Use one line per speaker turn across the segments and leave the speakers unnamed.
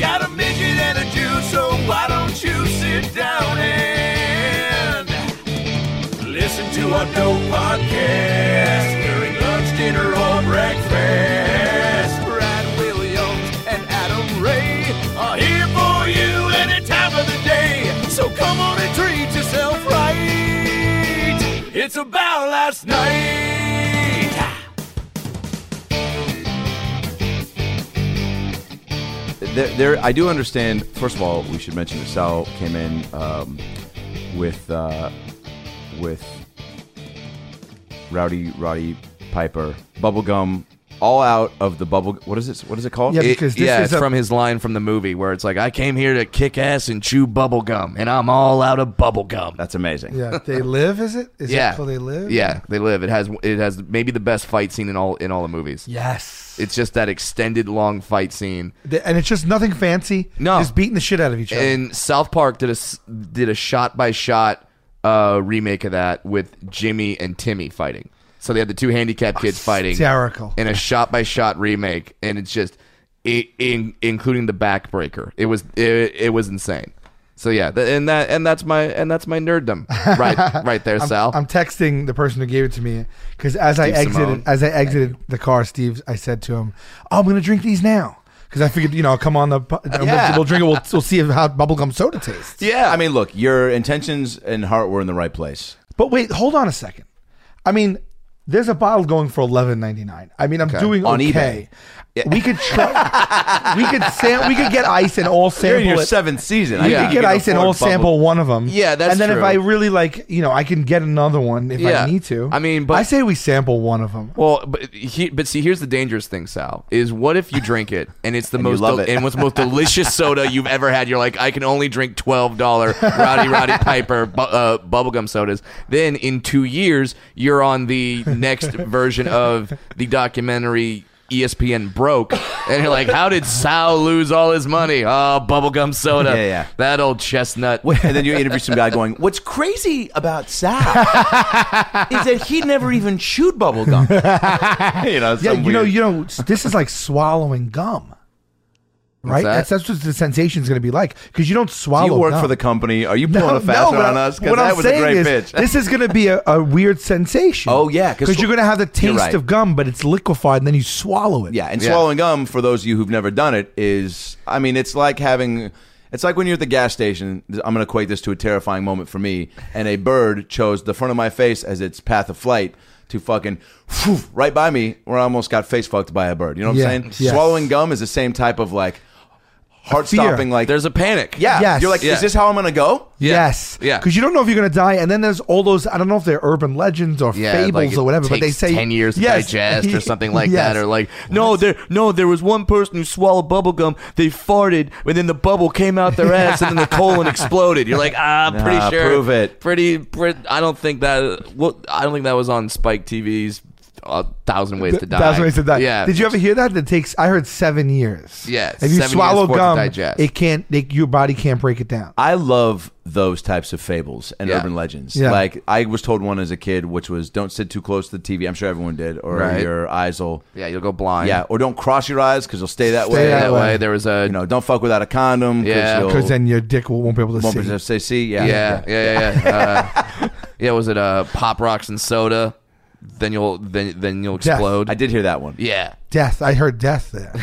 Got a midget and a Jew, so why don't you sit down and listen to our dope podcast during lunch, dinner, or breakfast? Brad Williams and Adam Ray are here for you any time of the day, so come on and treat yourself right. It's about last night.
there, there I do understand. First of all, we should mention that Sal came in um, with uh, with Rowdy Roddy Piper bubblegum all out of the bubble. What is it? What is it called?
Yeah,
Oh, It-
because this
yeah,
is
it's
a-
from his line from the movie where it's like, "I came here to kick ass and chew bubble gum, and I'm all out of bubble gum."
That's amazing.
Yeah, they live. Is it? Is
yeah,
it called they live?
Yeah, they live. It has it has maybe the best fight scene in all in all the movies.
Yes.
It's just that extended long fight scene.
They- and it's just nothing fancy.
No.
just beating the shit out of each other.
And South Park did a s- did a shot by shot uh, remake of that with Jimmy and Timmy fighting. So they had the two handicapped kids fighting.
hysterical.
in a shot by shot remake, and it's just i in, including the backbreaker. It was it, it was insane. So yeah, th- and that and that's my and that's my nerddom right right there, Sal.
I'm texting the person who gave it to me because as I
Steve
exited,
Simone.
as I exited the car, Steve, I said to him, oh, "I'm gonna drink these now." Because I figured, you know, I'll come on the, po- we'll-
Yeah.
we'll, drink it. We'll, we'll see how bubblegum soda tastes.
yeah,
I mean, look, your intentions and heart were in the right place.
But wait, hold on a second. I mean, there's a bottle going for eleven ninety nine. I mean, I'm doing
On
okay. We could try. we could sam- We could get ice and all
You're in
sample
your
it.
seventh season.
We
think
could get
can
ice and
afford
all
bubble-
sample one of them.
Yeah, that's
And then if
true.
I really like, you know, I can get another one if
Yeah.
I need to.
I mean, but-
I say we sample one of them.
well, but he, but see, here's the dangerous thing, Sal. Is what if you drink it and it's the
you
most
love it.
and what's the most delicious soda you've ever had? You're like, I can only drink twelve dollar Roddy Roddy Piper bu- uh, bubblegum sodas. Then in two years, you're on the next version of the documentary. E ESPN broke, and you're like, "How did Sal lose all his money? Oh, bubblegum soda.
Yeah, yeah.
That old chestnut.
and then you interview some guy going, "What's crazy about Sal is that he never even chewed bubble gum." you know,
Yeah, you know, you know, s- this is like swallowing gum, right?
that?
That's that's what the sensation's going to be like because you don't swallow.
you work
gum.
for the company. Are you pulling a fast
but
one on
I-
us? Because
what
that
I'm
was a
saying
great
is,
pitch.
This is going to be a, a weird sensation.
Oh, yeah, 'cause
because you're going to have the taste
right.
of gum, but it's liquefied, and then you swallow it.
Yeah, and
Yeah.
swallowing gum for those of you who've never done it is, I mean, it's like having, it's like when you're at the gas station. I'm going to equate this to a terrifying moment for me. And a bird chose the front of my face as its path of flight to fucking phew, right by me, where I almost got face fucked by a bird. You know what
Yeah,
I'm saying?
yes.
Swallowing gum is the same type of like heart stopping. Like,
There's a panic.
yeah,
Yes.
you're like,
Yeah.
is this how I'm going to go?
Yes.
Yeah.
Because you don't know if you're going to die, and then there's all those I don't know if they're urban legends or
yeah,
fables
like it
or whatever, but they
takes
say
ten years to
Yes.
digest or something like
Yes.
that, or like no, there no, there was one person who swallowed bubble gum, they farted, and then the bubble came out their ass, and then the colon exploded. You're like, ah, I'm pretty
Nah,
sure,
prove it.
pretty, pretty. I don't think that. Well, I don't think that was on Spike TV's uh, Thousand Ways to Die.
Thousand ways to die.
Yeah.
Did you ever hear that? That takes. I heard seven years.
Yeah,
If you
seven years
swallow
for it to
gum,
digest.
it can't. It, your body can't break it down.
I love those types of fables and
Yeah.
urban legends.
Yeah.
Like I was told one as a kid, which was "Don't sit too close to the TV." I'm sure everyone did, or
Right.
your eyes will.
Yeah, you'll go blind.
Yeah, or don't cross your eyes because you'll stay that
Stay
way.
that
that
way.
way. There was a
You know, don't fuck without a condom.
Yeah.
you'll-
Because then your dick will, won't be able to
won't
see.
be able to say see. Yeah,
yeah, yeah, yeah. Yeah, uh, yeah was it uh, pop rocks and soda? Then you'll then then you'll
Death.
explode.
I did hear that one.
yeah.
Death. I heard death there.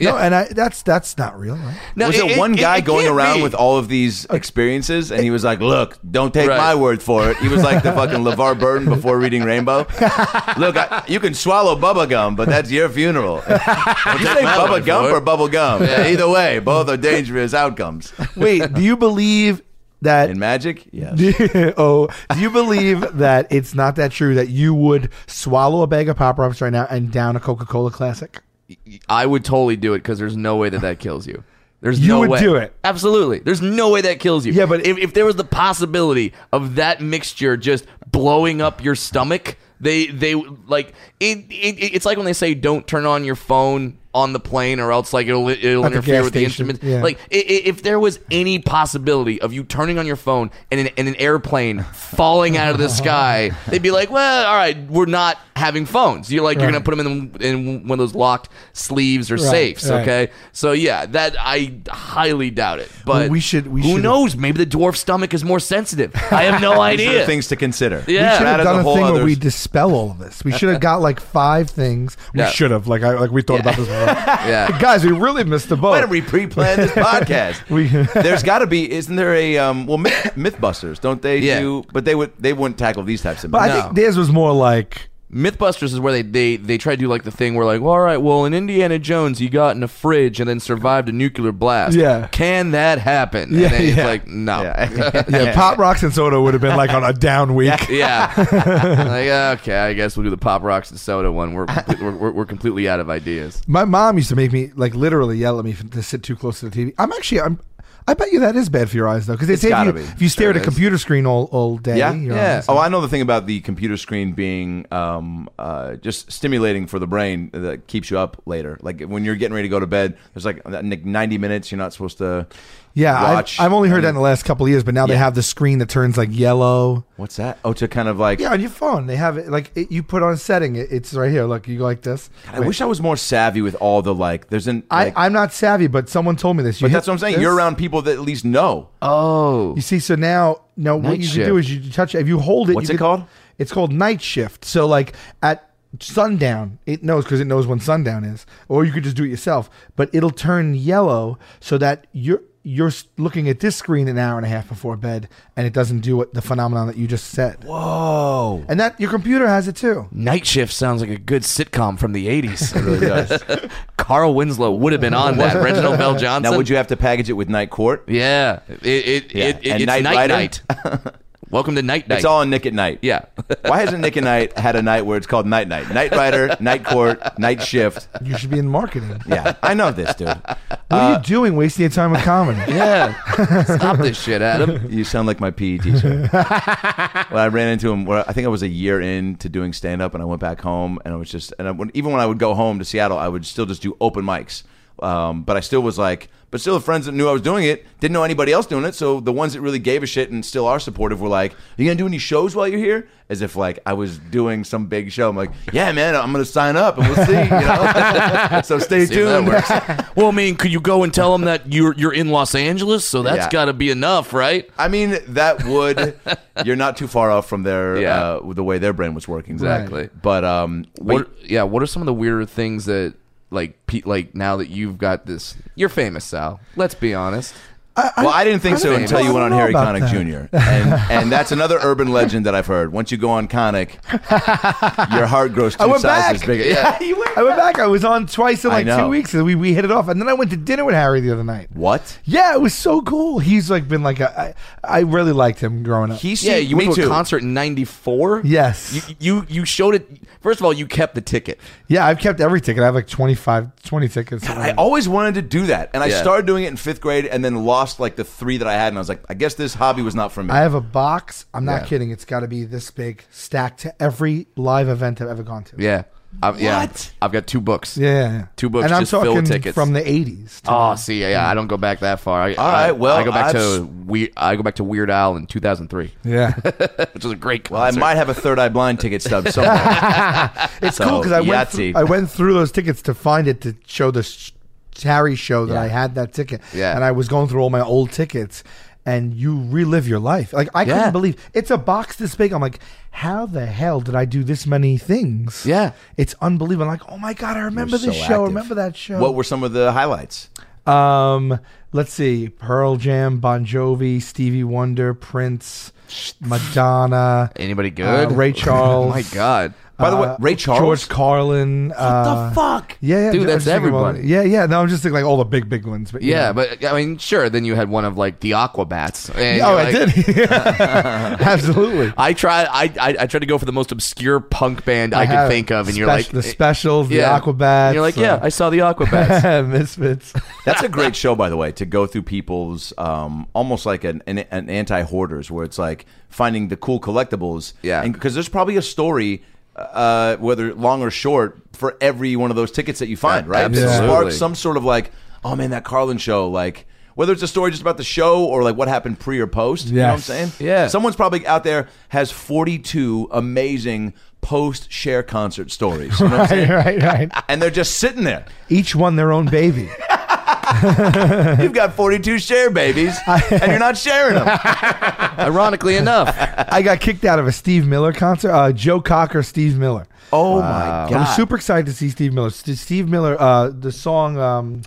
No, and I, that's that's not real. Right?
No,
was it, one guy going
can't
around
be.
with all of these
Uh,
experiences, and he was like, "Look, don't take
Right.
my word for it." He was like the fucking LeVar Burton before reading Rainbow. Look, I, you can swallow bubba gum, but that's your funeral. Did you say
my
bubba
word
gum
for it.
or bubble gum? Either way, both are dangerous outcomes.
Wait, do you believe that?
In magic, yeah.
oh, do you believe that it's not that true that you would swallow a bag of pop rocks right now and down a Coca Cola Classic?
I would totally do it because there's no way that that kills you. There's
You
no
would
way.
do it.
Absolutely. There's no way that kills you.
Yeah, but-
if, if there was the possibility of that mixture just blowing up your stomach, they they like it, it. It's like when they say don't turn on your phone on the plane or else like it'll it'll
At the
interfere
gas
with the
station,
instruments.
yeah.
Like i- i- if there was any possibility of you turning on your phone and an, and an airplane falling out of the sky, they'd be like, "Well, all right, we're not having phones." You're like, you're gonna
Right.
put them in in one of those locked sleeves or
Right,
safes,
right.
okay? So yeah, that I highly doubt it. But
Well, we should- we
who
should-
knows? Maybe the dwarf stomach is more sensitive. I have no
These are
idea.
Things to consider.
Yeah.
should
Out
have
of
done
the
a
whole
thing where we
others-
dispel all of this. We should have got like five things. We
Yeah.
should have like I like we thought about this. Before.
yeah.
Guys, we really missed the boat.
Why did we pre-plan this podcast?
We-
There's got to be, isn't there a um, well myth, MythBusters? Don't they
Yeah.
do? But they would they wouldn't tackle these types of.
but I
myths.
think theirs was more like
Mythbusters is where they, they, they try to do like the thing where like, well, all right, well, in Indiana Jones, he got in a fridge and then survived a nuclear blast.
Yeah.
Can that happen?
Yeah,
and then it's
yeah.
like, no.
Yeah.
yeah, pop rocks and soda would have been like on a down week.
Yeah. like, okay, I guess we'll do the Pop Rocks and Soda one. We're, complete- we're, we're, we're completely out of ideas.
My mom used to make me like literally yell at me f- to sit too close to the TV. I'm actually I'm. I bet you that is bad for your eyes though, because they say if
gotta
you,
be.
if you stare
Sure
at a
is.
computer screen all all day,
Yeah,
your
yeah.
eyes-
Oh, I know the thing about the computer screen being um, uh, just stimulating for the brain that keeps you up later. Like when you're getting ready to go to bed, there's like that n- 90 minutes you're not supposed to.
yeah.
watch.
I've, I've only heard that in the last couple of years, but now they have the screen that turns like yellow.
What's that? Oh, to kind of like.
Yeah, on your phone they have it like it, you put on a setting. It, it's right here. Look, you go like this.
I wish I was more savvy with all the like. There's an.
I,
like-
I'm not savvy, but someone told me this. You
but
hit
that's what I'm saying.
this,
You're around people that at least know.
Oh.
You see, so now no, what
Night
you can do
shift.
is you touch. If you hold it,
What's
you
it
could-
called?
It's called night shift. So like at sundown, it knows because it knows when sundown is, or you could just do it yourself. But it'll turn yellow so that you're you're s- looking at this screen an hour and a half before bed, and it doesn't do what the phenomenon that you just said. Whoa!
Oh.
And that your computer has it too.
Night Shift sounds like a good sitcom from the 80s.
It really does.
Carl Winslow would have been on that. Reginald Bell Johnson.
now, would you have to package it with night court?
Yeah. It, it,
Yeah.
It, it,
And
it's
Knight
Night
Rider?
Night. Welcome to Night Night.
It's all on Nick at Night.
Yeah.
Why hasn't Nick at Night had a night where it's called Night Night? Night Rider, Night Court, Night Shift.
You should be in marketing.
Yeah, I know this, dude.
What
Uh,
are you doing, wasting your time with comedy?
yeah. Stop this shit, Adam.
You sound like my PE teacher. well, I ran into him. Where I think I was a year into doing stand up, and I went back home, and I was just, and I, when, even when I would go home to Seattle, I would still just do open mics. Um, but I still was like, but still, the friends that knew I was doing it didn't know anybody else doing it. So the ones that really gave a shit and still are supportive were like, "Are you gonna do any shows while you're here?" As if like I was doing some big show. I'm like, "Yeah, man, I'm gonna sign up, and we'll see." You know? so stay
See how
tuned.
that works. well, I mean, could you go and tell them that you're you're in Los Angeles? So that's
Yeah.
got to be enough, right?
I mean, that would you're not too far off from their
Yeah.
uh, the way their brain was working.
Exactly.
But um,
What? Yeah. What are some of the weirder things that like pe- like now that you've got this? You're famous, Sal. Let's be honest.
well, I didn't think so
don't
until
know-
you went
I
on
don't
Harry
know
Connick
about
Jr. and and that's another urban legend that I've heard. Once you go on Connick, your heart grows two
I went
sizes
back.
bigger. Yeah.
I went back. I was on twice in
I
like
know.
two weeks, and we, we hit it off. And then I went to dinner with Harry the other night.
What?
Yeah, it was so cool. He's like been like a, I, I really liked him growing up.
He
yeah. You
me
went to
too.
a concert in '94.
Yes.
You, you you showed it. First of all, you kept the ticket.
yeah, I've kept every ticket. I have like 25, 20 tickets.
I always wanted to do that, and I
Yeah.
started doing it in fifth grade, and then lost like the three that I had, and I was like, I guess this hobby was not for me.
I have a box. I'm not
Yeah.
kidding. It's got to be this big, stacked to every live event I've ever gone to.
Yeah. I've, Yeah.
What?
I've got two books.
yeah, yeah, yeah.
Two books
And I'm
just
talking
filled with tickets.
from the 80s. to-
Oh, see, yeah, I don't go back that far. I,
All right,
I-
well,
I go back
I've
to
s-
we. I go back to Weird Al in 2003,
yeah,
which was a great concert.
well, I might have a third eye blind ticket stub somewhere.
it's cool because I
Yahtzee.
went. Through, I went through those tickets to find it to show the sh- Harry show that I had that ticket.
Yeah.
and I was going through all my old tickets, and you relive your life. Like I
Yeah.
couldn't believe it's a box this big. I'm like, how the hell did I do this many things?
Yeah.
it's unbelievable. I'm like, oh my god, I remember
so
this show.
active.
I Remember that show.
what were some of the highlights?
Um, let's see: Pearl Jam, Bon Jovi, Stevie Wonder, Prince, Madonna,
Anybody
uh,
good?
Ray Charles. Uh,
Oh my God.
By the way, Ray Charles?
George Carlin. What uh,
the fuck?
Yeah, yeah,
Dude,
I'm just
that's
thinking of all-
everybody.
Yeah, yeah. No, I'm just thinking like all the big, big ones. But
Yeah, but I mean, sure. Then you had one of like the Aquabats. And
oh,
you're
I
like-
did. Absolutely.
I tried. I, I I tried to go for the most obscure punk band I, could
have
think of, and you're
spec-
like
the specials, the Aquabats. uh,
And you're like, yeah, I saw the Aquabats.
I Misfits.
That's a great show, by the way, to go through people's um, almost like an, an, an anti hoarders, where it's like finding the cool collectibles.
Yeah.
Because there's probably a story, uh, whether long or short, for every one of those tickets that you find,
Yeah,
right? That
absolutely.
sparks some sort of like, oh man, that Carlin show, like. Whether it's a story just about the show or like what happened pre or post, you know what I'm
Yes.
saying?
Yeah.
Someone's probably out there has 42 amazing post share concert stories. You know what I'm
right,
saying?
right, right.
And they're just sitting there.
Each one their own baby.
You've got 42 share babies and you're not sharing them.
Ironically enough,
I got kicked out of a Steve Miller concert. Uh, Joe Cocker, Steve Miller.
Oh my
I'm super excited to see Steve Miller. St- Steve Miller, uh, the song, um,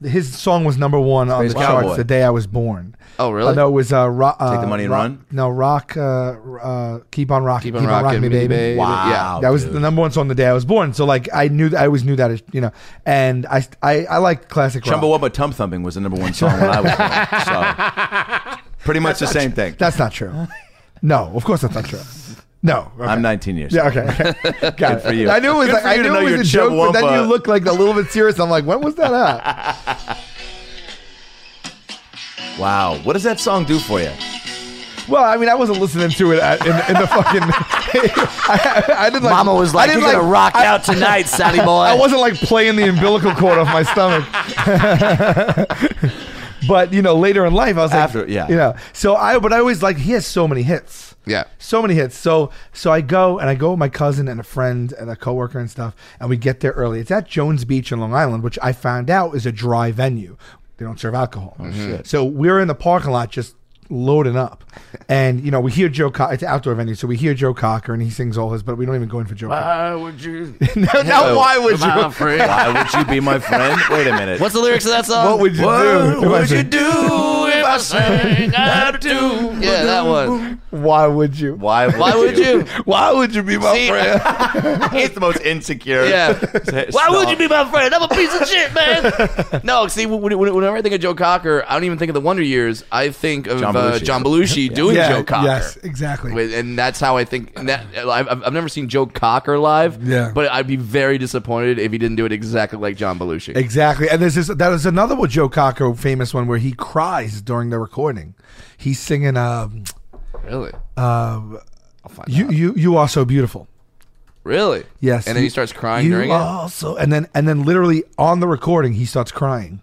his song was number one on
Space
the
Cowboy.
charts the day I was born.
Oh, really?
Uh, no, it was uh, rock, uh,
Take the Money and
rock,
Run?
No, rock. Uh, uh, keep on rocking.
keep on rocking, me, baby.
Wow.
That was the number one song the day I was born. So like I knew I always knew that you know, and I I, I like classic rock.
Chumbawamba Tum Thumping was the number one song when I was there. So pretty much the same thing.
That's not true. No, of course that's not true. No, okay.
I'm 19 years.
Yeah,
old.
okay. okay. Got it.
for you.
I knew it was
Good
like
for
I
you to
knew
know
it was
your
a joke, but then
Chumbawamba.
you look like a little bit serious. I'm like, when was that at?
Wow. What does that song do for you?
Well, I mean, I wasn't listening to it at, in, in the fucking. I, I didn't like.
Mama was
I
like,
didn't
"You're gonna rock out tonight, Sonny boy."
I wasn't like playing the umbilical cord off my stomach. but you know, later in life, I was like,
After- yeah.
you know. So I, but I always like he has so many hits.
Yeah.
so many hits. So so I go and I go with my cousin and a friend and a coworker and stuff, and we get there early. It's at Jones Beach in Long Island, which I found out is a dry venue. They don't serve alcohol. So we're in the parking lot just loading up. And you know, we hear Joe Cocker it's an outdoor venue, so we hear Joe Cocker and he sings all his but we don't even go in for Joe Cocker.
Why would you?
now, now why would you
My friend.
Why Uh, would you be my friend? Wait a minute.
What's the lyrics of that song?
What would you do?
what
If I
would you
said,
do if I sang? I do.
Yeah, that one.
Why would you?
Why would,
Why would you?
Why would you be my
See,
He's the most insecure.
Yeah. Why would you
be?
be my friend? I'm a piece of shit, man. No, see, when, when, whenever I think of Joe Cocker, I don't even think of the Wonder Years. I think of
John
John
Belushi.
Belushi, uh, John Belushi doing Joe Cocker.
Yes, exactly.
With- and that's how I think. And that I've, I've I've never seen Joe Cocker live.
Yeah.
but I'd be very disappointed if he didn't do it exactly like John Belushi.
Exactly, and there's this. That is another one, Joe Cocker famous one where he cries during the recording. He's singing, um,
really,
"You, you, you are so beautiful."
really.
Yes,
And then
you-
he starts crying
you
during it.
are so- and then and then literally on the recording, he starts crying,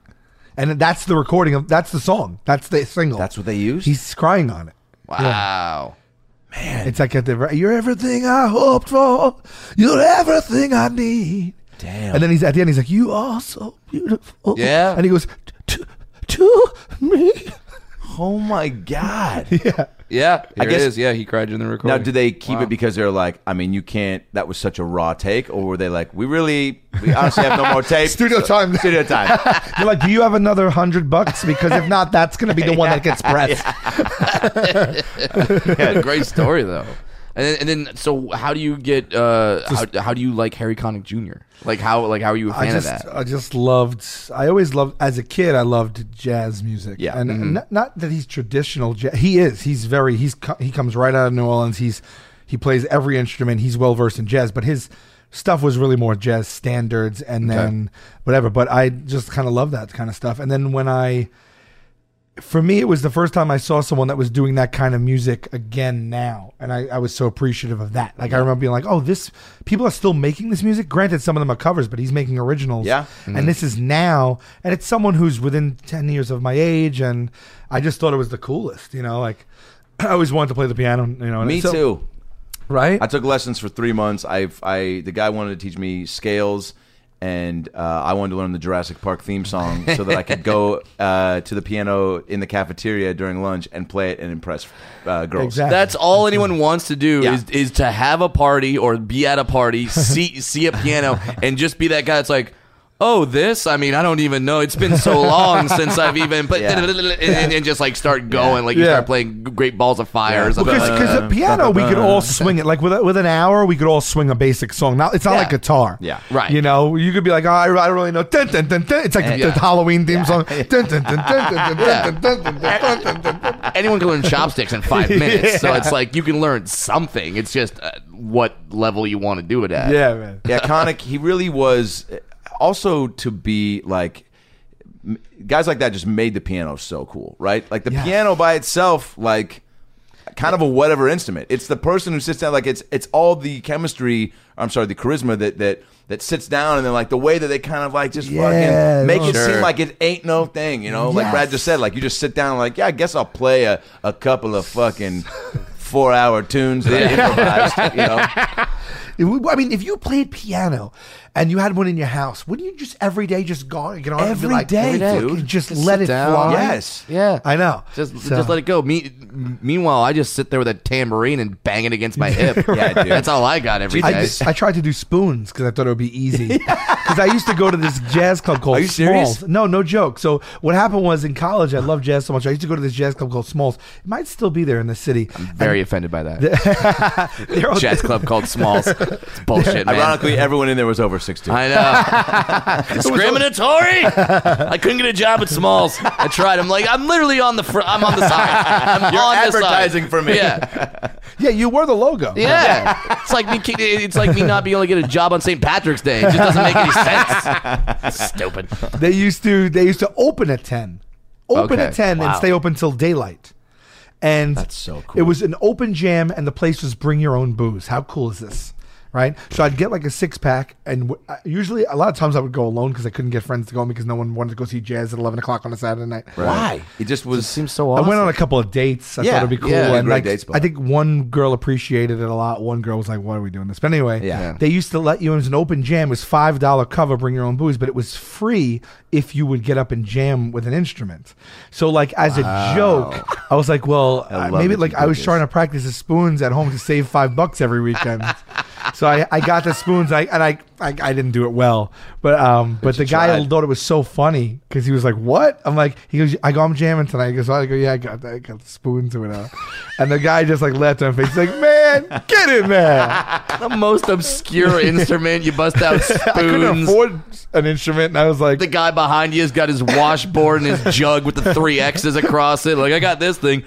and that's the recording of that's the song, that's the single.
That's what they used?
He's crying on it.
Wow.
It's like at the you're everything I hoped for, you're everything I need.
Damn.
And then he's at the end. He's like, "You are so beautiful."
Yeah.
And he goes, "To, to me."
oh my God.
Yeah.
Yeah, here
guess-
it is. Yeah, he cried during the recording.
Now, do they keep
Wow.
it because they're like, I mean, you can't. That was such a raw take, or were they like, we really, we honestly have no more tape.
Studio time.
Studio time.
You're like, do you have another hundred bucks? Because if not, that's gonna be the one that gets pressed.
Yeah, great story though. And then, and then, so how do you get? Uh, how, how do you like Harry Connick Jr.? Like how? Like how are you a fan
I just,
of that?
I just loved. I always loved as a kid. I loved jazz music.
Yeah.
and
mm-hmm.
not, not that he's traditional. Jazz. He is. He's very. He's co- he comes right out of New Orleans. He's he plays every instrument. He's well versed in jazz, but his stuff was really more jazz standards and then whatever. But I just kind of love that kind of stuff. And then when I for me, it was the first time I saw someone that was doing that kind of music again now. And I, I was so appreciative of that. Like, I remember being like, oh, this, people are still making this music. Granted, some of them are covers, but he's making originals.
Yeah. Mm-hmm.
And this is now. And it's someone who's within 10 years of my age. And I just thought it was the coolest, you know, like, I always wanted to play the piano, you know. and
Me
so-
too.
Right?
I took lessons for three months. I've, I, the guy wanted to teach me scales, and uh, I wanted to learn the Jurassic Park theme song so that I could go uh, to the piano in the cafeteria during lunch and play it and impress uh, girls.
Exactly.
That's all anyone wants to do
Yeah.
is is to have a party or be at a party, see see a piano, and just be that guy that's like. oh, this? I mean, I don't even know. It's been so long since I've even. But
Yeah.
and, and, and just like start going, like you
Yeah.
start playing Great Balls of Fire or something.
Because the piano, we could all swing it. Like with a, with an hour, we could all swing a basic song. Now it's not like guitar.
Yeah.
Right.
You know, you could be like, oh, I, I don't really know. Dun, dun, dun, dun. It's like
Yeah.
the Halloween theme song. Dun, dun, dun, dun, dun, dun, dun, dun, dun, dun, dun, dun, dun.
anyone can learn chopsticks in five minutes. So it's like you can learn something. It's just uh, what level you want to do it at.
Yeah, man.
yeah, Connick, he really was also to be like m- guys like that just made the piano so cool, right? Like the piano by itself, like kind of a whatever instrument. It's the person who sits down, like it's it's all the chemistry. I'm sorry, the charisma that that that sits down and then like the way that they kind of like just
Yeah,
fucking make
no.
it
Sure.
seem like it ain't no thing, you know? Like Brad just said, like you just sit down, like yeah, I guess I'll play a, a couple of fucking. Four hour tunes that I improvised, you know.
It would- I mean, if you played piano and you had one in your house, wouldn't you just every day just go get on
Every
and be like,
day,
"Fucking
dude.
Just,
Just
let
sit
it
down.
fly.
Yes.
Yeah.
I know.
Just,
So-
just let it go. Me, meanwhile, I just sit there with a tambourine and bang it against my hip.
Yeah, dude.
That's all I got every
I,
day.
did- I tried to do spoons because I thought it would be easy. Because I used to go to this jazz club called
Are you serious?
Smalls. No, no joke. So what happened was in college, I loved jazz so much. I used to go to this jazz club called Smalls. It might still be there in the city.
Very offended by that.
They're all-
Um,
Jazz club called Smalls. It's bullshit, man.
Ironically, everyone in there was over 16.
I know. Discriminatory. I couldn't get a job at Smalls. I tried. I'm like, I'm literally on the front. I'm on the side. I'm
You're
on the side.
advertising for me.
Yeah.
yeah, you were the logo.
Yeah. it's like me. ki- It's like me not being able to get a job on St. Patrick's Day. It just doesn't make any sense. Stupid.
They used to they used to open at ten, open
Okay.
at ten
Wow.
and stay open till daylight. And that's
so
It was an open jam, and the place was bring your own booze. How cool is this? Right, so I'd get like a six pack, and w- I- usually a lot of times I would go alone because I couldn't get friends to go because no one wanted to go see jazz at eleven o'clock on a Saturday night.
Why? It just was.
Seems so
I
awesome.
went on a couple of dates. I
Yeah,
thought it'd be cool.
yeah,
and
great
like,
dates, Bob.
I think one girl appreciated it a lot. One girl was like, "Why are we doing this?" But anyway,
Yeah.
they used to let you. It was an open jam. It was five dollar cover, bring your own booze, but it was free if you would get up and jam with an instrument. So like as a joke, I was like, "Well, uh,
love
maybe
that
like
you
I
did
was
this.
trying to practice the spoons at home to save five bucks every weekend." So I, I got the spoons I, and I, I I didn't do it well but um but the guy
tried.
thought it was so funny because he was like, "What?" I'm like, he goes, "I go, I'm jamming tonight." He goes, "Oh, "I go, yeah, I got, I got the spoons and whatnot." and the guy just like laughed on his face, He's like, "Man, get it, man!
the most obscure instrument. You bust out
I couldn't
spoons.
afford an instrument." And I was like,
The guy behind you has got his washboard and his jug with the three X's across it. Like I got this thing.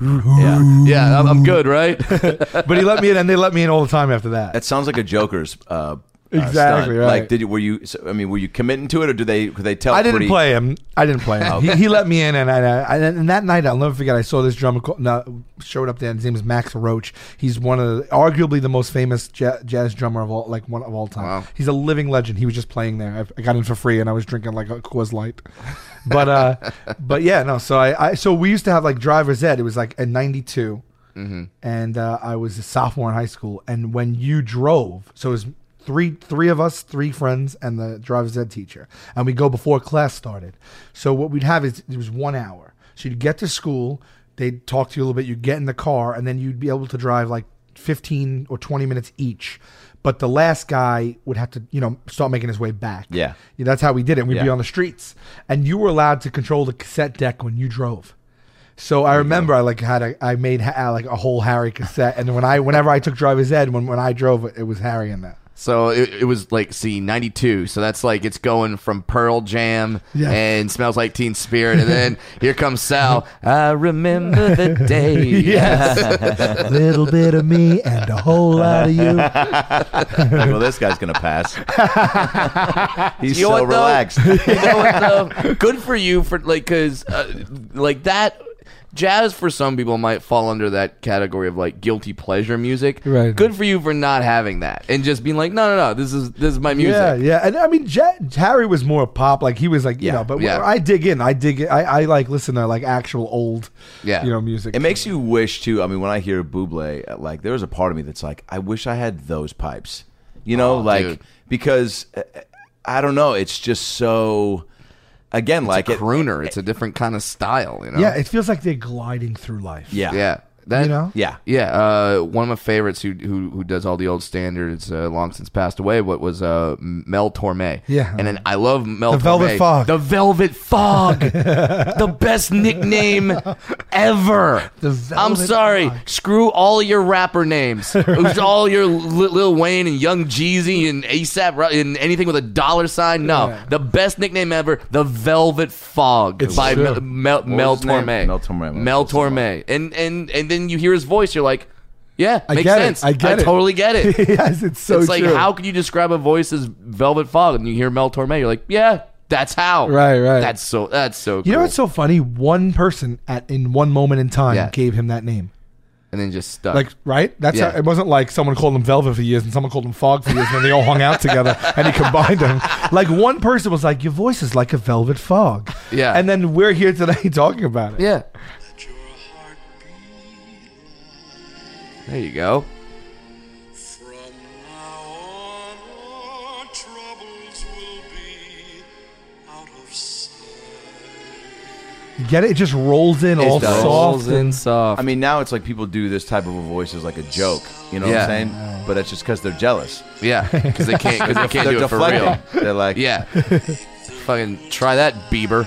Yeah.
Yeah, I'm, I'm good, right?
"But he let me in, and they let me in all the time after that."
That sounds like a Joker's. Uh,
Exactly,
stunt.
right.
Like, did you? Were you? So, I mean, were you committing to it, or do they? Could they tell?
I didn't
pretty-
play him. I didn't play him. he, he let me in, and I, I and and that night I'll never forget. I saw this drummer called, no, showed up there. and His name is Max Roach. He's one of the, arguably the most famous jazz, jazz drummer of all, like one of all time. He's a living legend. He was just playing there. I, I got in for free, and I was drinking like a Coors Light. But uh, but yeah, no. So I, I so we used to have like driver's ed. It was like in '92 and uh, I was a sophomore in high school. And when you drove, so it was three three of us, three friends, and the driver's ed teacher, and we go before class started. So what we'd have is it was one hour. So you'd get to school, they'd talk to you a little bit, you'd get in the car, and then you'd be able to drive like fifteen or twenty minutes each. But the last guy would have to, you know, start making his way back.
Yeah.
that's how we did it. We'd be
Yeah.
on the streets, and you were allowed to control the cassette deck when you drove. So I remember I like had a I made ha- uh, like a whole Harry cassette, and when I whenever I took driver's ed, when when I drove, it was Harry in that.
So it, it was like, see, 92. So that's like it's going from Pearl Jam
Yeah.
and Smells Like Teen Spirit. And then here comes Sal. I remember the day.
Yes, little bit of me and a whole lot of you.
Like, well, this guy's gonna pass. He's
You know
so
what, though?
relaxed.
You know what, though? Good for you for like, cause uh, like that. Jazz for some people might fall under that category of like guilty pleasure music.
Right.
Good for you for not having that and just being like, no, no, no, this is this is my music.
Yeah, yeah, and I mean, Ja Harry was more pop, like he was like, you
Yeah,
know. But
yeah.
when I dig in, I dig. In, I I like listen to like actual old,
Yeah.
you know, music.
It makes you wish too. I mean, when I hear Buble, uh, like there's a part of me that's like, I wish I had those pipes. You know, like
Oh, dude.
because uh, I don't know. It's just so. Again, like
Like
it,
a crooner, it's a different kind of style, you know.
yeah, it feels like they're gliding through life.
yeah,
yeah. That,
You know?
Yeah.
yeah. Uh, one of my favorites who who, who does all the old standards, uh, long since passed away. What was uh, Mel Torme?
Yeah.
and then I love Mel.
The Velvet
Torme.
Fog.
The Velvet Fog, the best nickname ever.
The Velvet
I'm sorry.
Fog.
Screw all your rapper names. It was all your Lil Lil Wayne and Young Jeezy and ASAP Ro- and anything with a dollar sign. No,
Yeah.
the best nickname ever, the Velvet Fog
It's
by
true.
Mel, Mel, Mel
was his name?
Torme.
Mel Torme.
Mel Torme. And and and then you hear his voice, you're like, yeah,
I
makes
get it.
sense.
I get it.
totally get it.
yes, it's so
it's like
true.
how can you describe a voice as Velvet Fog and you hear Mel Torme? You're like, yeah, that's how.
Right, right.
That's so. That's so.
you know
cool.
what's so funny? One person at in one moment in time
Yeah.
gave him that name.
and then just stuck.
Like right? That's
Yeah.
how, it wasn't like someone called him Velvet for years and someone called him Fog for years and then they all hung out together and he combined them. Like one person was like, "Your voice is like a velvet fog."
Yeah.
and then we're here today talking about it.
yeah. There you go.
From now on, our troubles will be out of sight.
You get it? It just rolls in all
does.
soft
and
and
soft.
I mean, now it's like people do this type of a voice as like a joke. You know
Yeah.
what I'm saying? But that's just because they're jealous.
yeah, because they can't. Because they can't
they're
do it for real.
They're like,
Yeah. Fucking try that, Bieber.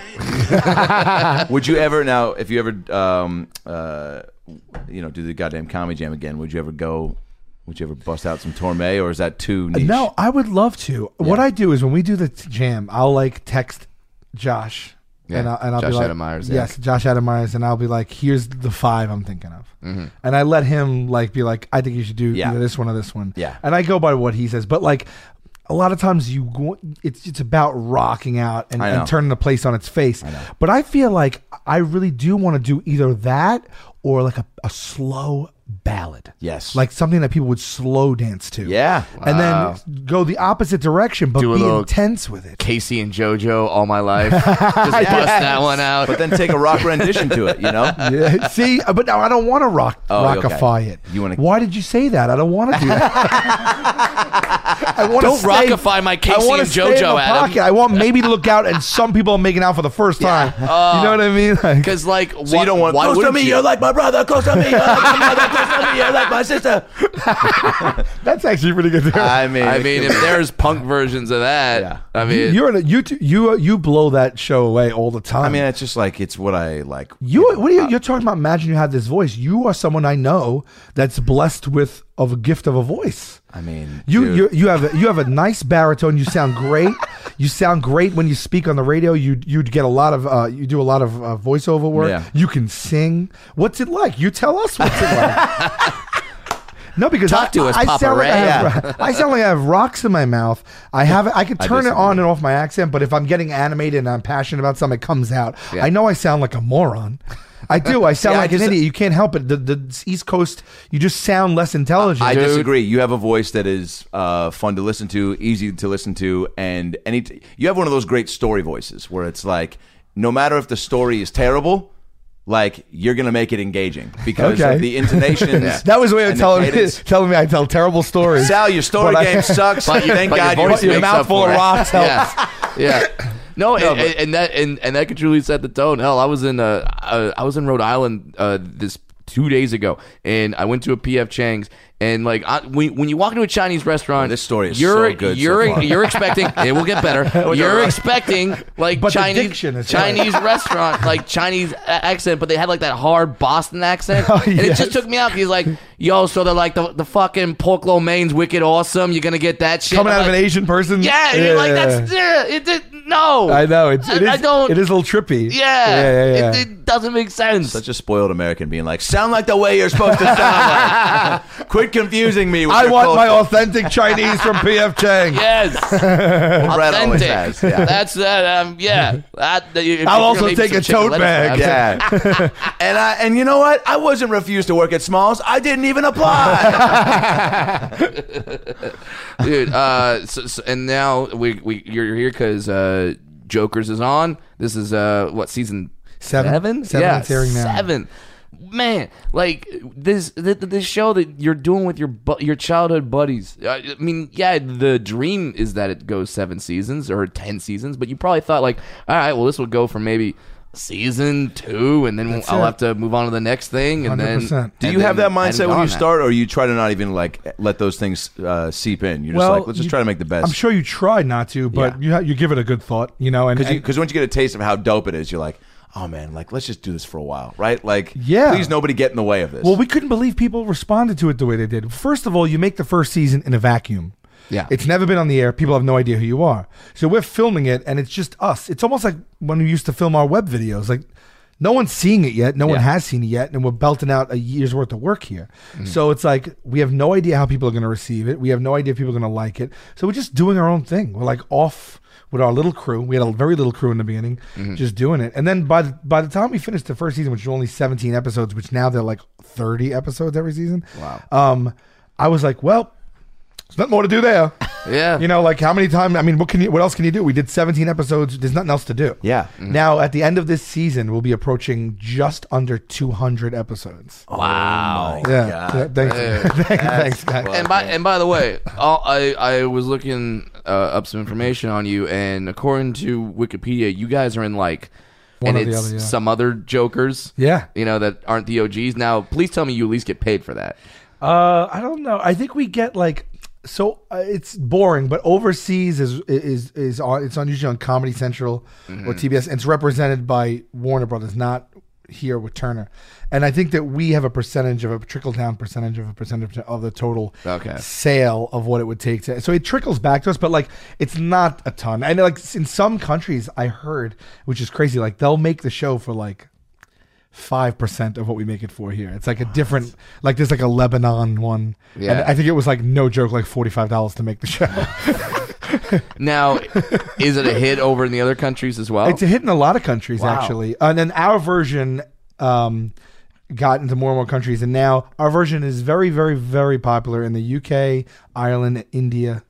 Would you ever now, if you ever, um, uh, you know, do the goddamn comedy jam again? Would you ever go? Would you ever bust out some Torme, or is that too niche?
No, I would love to. What I do is when we do the t- jam, I'll like text Josh.
Yeah,
And I'll, and I'll
Josh
be like,
Adam Myers, yeah.
yes, Josh Adam Myers, and I'll be like, here's the five I'm thinking of, and I let him like be like, I think you should do
Mm-hmm. Yeah.
either this one or this one,
Yeah.
and I go by what he says, but like. A lot of times you go, it's it's about rocking out and,
I know.
and turning the place on its face. but I feel like I really do want to do either that or like a, a slow ballad.
Yes.
Like something that people would slow dance to
Yeah.
and then go the opposite direction, but
Do a
be
little-
intense with it.
Casey and JoJo all my life. Just bust that one out.
But then take a rock rendition to it. You know.
Yeah, see, uh, but no, I don't want to rock
Oh, okay.
rockify it.
You wanna-
Why did you say that? I don't want to do that. I want
Don't rockify my Casey
I wanna
and
stay in
JoJo,
the
Adam.
pocket. I want maybe to look out, and some people are making out for the first time.
Oh.
you know what I mean? Like,
Because like,
So you don't want
why
close to
wouldn't
me.
you?
You're like my brother. Close to me. You're like my mother. Close to me. You're like my sister.
that's actually pretty good.
I mean,
I mean, if there's punk versions of that,
Yeah.
I mean,
You're in a, you t- you uh, you blow that show away all the time.
I mean, it's just like it's what I like.
You what are you, you're talking about? Imagine you have this voice. You are someone I know that's blessed with of a gift of a voice.
I mean,
You
dude.
you you have a, you have a nice baritone. You sound great. you sound great when you speak on the radio. You you get a lot of uh, you do a lot of uh, voiceover work.
Yeah.
You can sing. What's it like? You tell us what's it like. No, because
Talk
I,
to us,
I
Papa
sound like I,
Ray.
have, I sound like I have rocks in my mouth. I have I can turn it
disagree.
on and off my accent, but if I'm getting animated and I'm passionate about something, it comes out.
Yeah.
I know I sound like a moron. I do. I sound
Yeah, I
like
just-
an idiot. You can't help it. The, the East Coast, you just sound less intelligent.
I disagree. You have a voice that is uh, fun to listen to, easy to listen to, and any t- you have one of those great story voices where it's like, no matter if the story is terrible, like you're gonna make it engaging because
Okay.
of the intonations.
That was a way
and
of
the
telling me,
cadence.
telling me I tell terrible stories.
Sal, your story
But I-
game sucks.
But your-
Thank
but your
God
voice
your
makes up
mouthful
for
of
it.
rock.
yeah, yeah. No, and, and- and that and, and that could truly set the tone. Hell, I was in uh, uh I was in Rhode Island uh this two days ago, and I went to a PF Chang's, and like I, when when you walk into a Chinese restaurant,
This story is
you're
so good so
you're
far.
you're expecting it will get better. you're expecting like
But the
Chinese
diction is
Chinese restaurant like Chinese a- accent, but they had like that hard Boston accent,
Oh,
and it
yes.
just took me out. He's like, "Yo, so they're like the, the fucking pork lo mein's wicked awesome. You're gonna get that shit
Coming
I'm
out of an
like,
Asian person.
yeah, and you're like that's
yeah.
yeah, it, did no.
I know. It's, it is,
I, I don't.
It is a little trippy.
Yeah,
Yeah. yeah, yeah.
It, it doesn't make sense.
Such a spoiled American being like, sound like the way you're supposed to sound. Like. Quit confusing me. With
I
your
want my
culture.
authentic Chinese from PF Chang.
yes,
Brett always
authentic.
has, yeah.
That's that. Um, yeah. That- that- if
I'll
you're
also
gonna make
take
some
a
chicken,
tote
let us
bag.
have it.
Yeah, and I and you know what? I wasn't refused to work at Smalls. I didn't even apply.
dude. Uh, so, so, and now we we you're here because uh, Joker's is on. This is uh what season
Seven.
Seven.
Seven,
yeah,
it's airing now.
Seven. Man, like this th- th- this show that you're doing with your bu- your childhood buddies. I I mean, yeah, the dream is that it goes seven seasons or ten seasons, but you probably thought like, all right, well, this will go for maybe season two, and then
That's
I'll
it.
have to move on to the next thing. And then
100%.
Do
and
you have that
then
mindset
end
when
on
you
that.
start, or you try to not even like let those things uh, seep in? You're just like, let's just
you-
try to make the best.
I'm sure you try not to, but
Yeah.
you ha- you give it a good thought, you know. And,
because
and-
because once you get a taste of how dope it is, you're like, oh man, like let's just do this for a while, right? Like,
Yeah.
please nobody get in the way of this.
well, we couldn't believe people responded to it the way they did. First of all, you make the first season in a vacuum.
Yeah.
it's never been on the air. People have no idea who you are. So we're filming it, and it's just us. It's almost like when we used to film our web videos. Like no one's seeing it yet. No one
Yeah.
has seen it yet, and we're belting out a year's worth of work here.
Mm.
So it's like we have no idea how people are going to receive it. We have no idea if people are going to like it. So we're just doing our own thing. We're like off with our little crew. We had a very little crew in the beginning, just doing it. And then by the, by the time we finished the first season, which was only 17 episodes, which now they're like 30 episodes every season. Wow. Um, I was like, well, there's nothing more to do there.
yeah,
You know, like how many times? I mean, what can you? What else can you do? We did 17 episodes. There's nothing else to do.
Yeah.
Now at the end of this season, we'll be approaching just under 200 episodes.
Oh wow,
yeah. Yeah, Thanks. thanks, thanks, guys.
And by and by the way, all, I I was looking uh, up some information on you, and according to Wikipedia, you guys are in like,
One or
and
the
it's
other, yeah.
some other jokers,
Yeah.
you know that aren't the OGs. Now, please tell me you at least get paid for that.
Uh, I don't know. I think we get like so uh, it's boring, but overseas is is is on. It's on usually on Comedy Central or TBS, and it's represented by Warner Brothers, not here with Turner. And I think that we have a percentage of a trickle down percentage of a percentage of the total
Okay.
sale of what it would take to. So it trickles back to us, but like it's not a ton. And like in some countries, I heard, which is crazy, like they'll make the show for like five percent of what we make it for here. It's like a different, like there's like a Lebanon one.
Yeah.
and I think it was like no joke, like forty five dollars to make the show.
Now, is it a hit over in the other countries as well?
it's a hit in a lot of countries actually, and then our version um, got into more and more countries, and now our version is very, very, very popular in the UK, Ireland, India.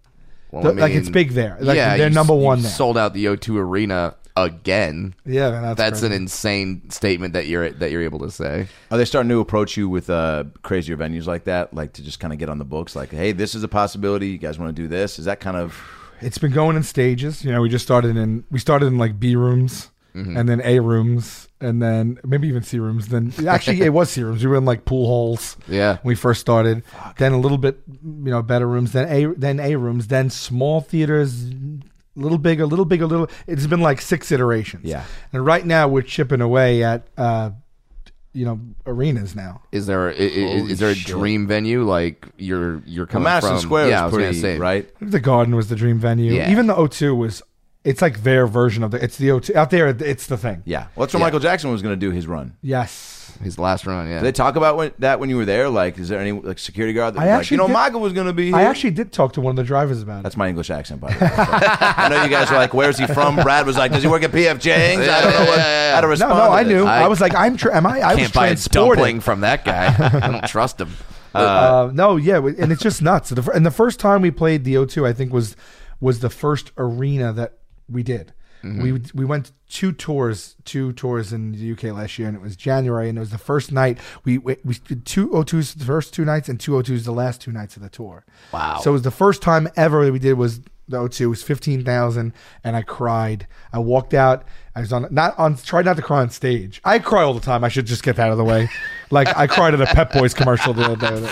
Well,
th- like, it's big there. Like, they're
you-
number
you
one there.
Sold out the O2 Arena again.
Yeah, man, that's
That's an
crazy.
insane statement that you're that you're able to say.
Are Oh, they starting to approach you with uh, crazier venues like that, like to just kind of get on the books? Like, hey, this is a possibility. You guys want to do this? Is that kind of
It's been going in stages. You know, we just started in we started in like B rooms
Mm-hmm.
and then A rooms and then maybe even C rooms. Then actually it was C rooms. We were in like pool halls.
Yeah.
When we first started. Then a little bit you know, better rooms, then A then A rooms, then small theaters little bigger, little bigger, little it's been like six iterations.
Yeah.
And right now we're chipping away at uh you know, arenas now.
Is there i- i- is,
Holy
there a
shit.
dream venue like you're you're coming
Madison
from?
Square?
yeah, I
is
was gonna
pretty
say.
right.
The Garden was the dream venue.
Yeah.
Even the O2 was. It's like their version of the. It's the O2 out there. It's the thing.
Yeah, well, that's where Michael Jackson was going to do his run.
Yes.
His last run, yeah.
Did they talk about when, that when you were there? Like, is there any like security guard? That
I
was like,
actually
you know,
did-
Michael was going to be. Here.
I actually did talk to one of the drivers about it.
That's my English accent, by the way. I know you guys are like, "Where's he from?" Brad was like, "Does he work at PF Chang's?" I don't know what, how to
No,
respond.
no,
to
I
this.
knew. I,
I-
was like, I'm. Tra- am I? I was
can't buy a dumpling
transported.
from that guy. I don't trust him.
Uh, no, yeah, we- and it's just nuts. The fir- And the first time we played the O2, I think was was the first arena that we did.
Mm-hmm.
We we went two tours, two tours in the UK last year, and it was January, and it was the first night we we, we did two O2s the first two nights, and two O2s the last two nights of the tour.
Wow.
So it was the first time ever that we did was the O2 it was fifteen thousand, and I cried. I walked out. I was on not on tried not to cry on stage. I cry all the time. I should just get that out of the way. like I cried at a Pep Boys commercial the other day.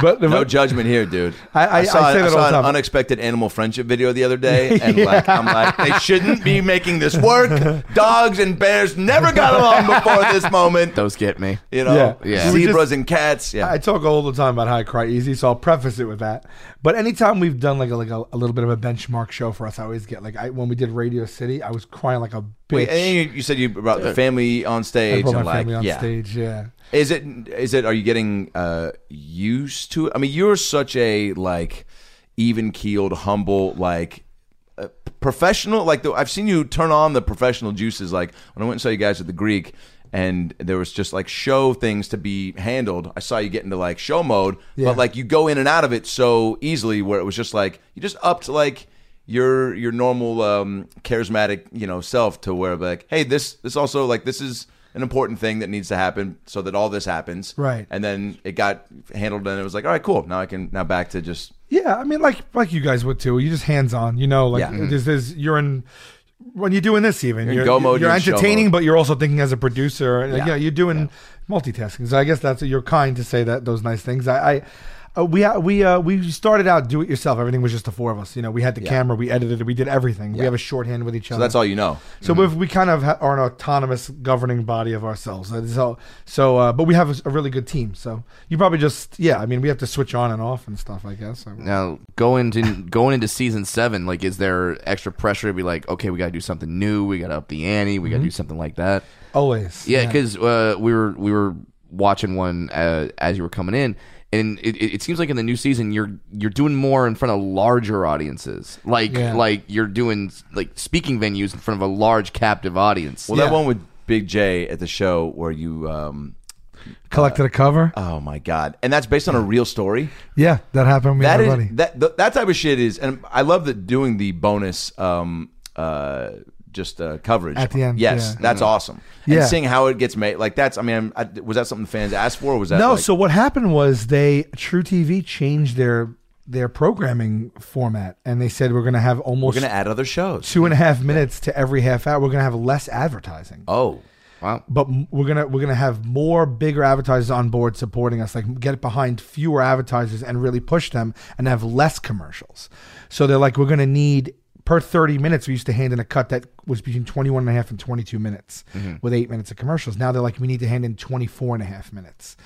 But
No judgment here, dude.
I- I-
saw,
I say that
saw
all the
an
time.
unexpected animal friendship video the other day, and like, I'm like, they shouldn't be making this work. Dogs and bears never got along before this moment.
Those get me.
You know,
Yeah. Yeah. We
zebras
just-
and cats. Yeah,
I talk all the time about how I cry easy, so I'll preface it with that. But anytime we've done like a, like a, a little bit of a benchmark show for us, I always get like I, when we did Radio City, I was crying like a bitch.
Wait, and then you, you said you brought the family on
Uh, I
stage
brought my
and like,
family on
yeah.
stage. Yeah,
Is it? Is it? Are you getting uh, used to it? I mean, you're such a like even keeled, humble, like uh, professional. Like the, I've seen you turn on the professional juices. Like when I went and saw you guys at the Greek, and there was just like show things to be handled. I saw you get into like show mode,
Yeah.
but like you go in and out of it so easily. Where it was just like you just upped like. Your your normal um, charismatic you know self to where like hey this this also like this is an important thing that needs to happen so that all this happens.
Right.
And then it got handled and it was like, all right, cool. Now I can now back to just
yeah. I mean, like like you guys would too. You just hands on. You know, like
Yeah.
there's, there's you're in when you're doing this, even
in
you're,
go mode,
you're
you're in show
entertaining,
mode.
but you're also thinking as a producer. And,
Yeah.
yeah, you're doing multitasking. So I guess that's you're kind to say that those nice things. I. I uh, we uh, we uh, we started out do it yourself. Everything was just the four of us. You know, we had the
Yeah.
camera, we edited it, we did everything. We
Yeah.
have a shorthand with each
So
other.
that's all Mm-hmm. you know.
So we've, we kind of ha- are an autonomous governing body of ourselves. And so so, uh, but we have a, s- a really good team. So you probably just yeah. I mean, we have to switch on and off and stuff. I guess. So-
Now going into going into season seven, like is there extra pressure to be like, okay, we got to do something new, we got to up the ante, we got to
Mm-hmm.
do something like that?
Always.
Yeah, because uh, we were we were watching one uh, as you were coming in, and it, it it seems like in the new season you're you're doing more in front of larger audiences, like
Yeah.
like you're doing like speaking venues in front of a large captive audience.
Well,
Yeah.
that one with Big J at the show where you, um,
collected a cover.
oh my god, and that's based on a real story.
yeah, that happened. with
That
my
is
buddy.
that th- that type of shit is, and I love that doing the bonus, um, uh, just uh, coverage
At the end,
Yes,
yeah.
that's awesome.
Yeah.
and seeing how it gets made, like that's. I mean, I, was that something the fans asked for? Or was that
no
like-
so what happened was they true tv changed their their programming format and they said we're going to have
we're
almost
gonna add other shows?
two and a half minutes to every half hour we're going to have less advertising
Oh,
but m- we're gonna we're gonna have more bigger advertisers on board supporting us like get behind fewer advertisers and really push them and have less commercials so they're like we're gonna need per 30 minutes we used to hand in a cut that was between 21 and a half and 22 minutes with eight minutes of commercials now they're like we need to hand in 24 and a half minutes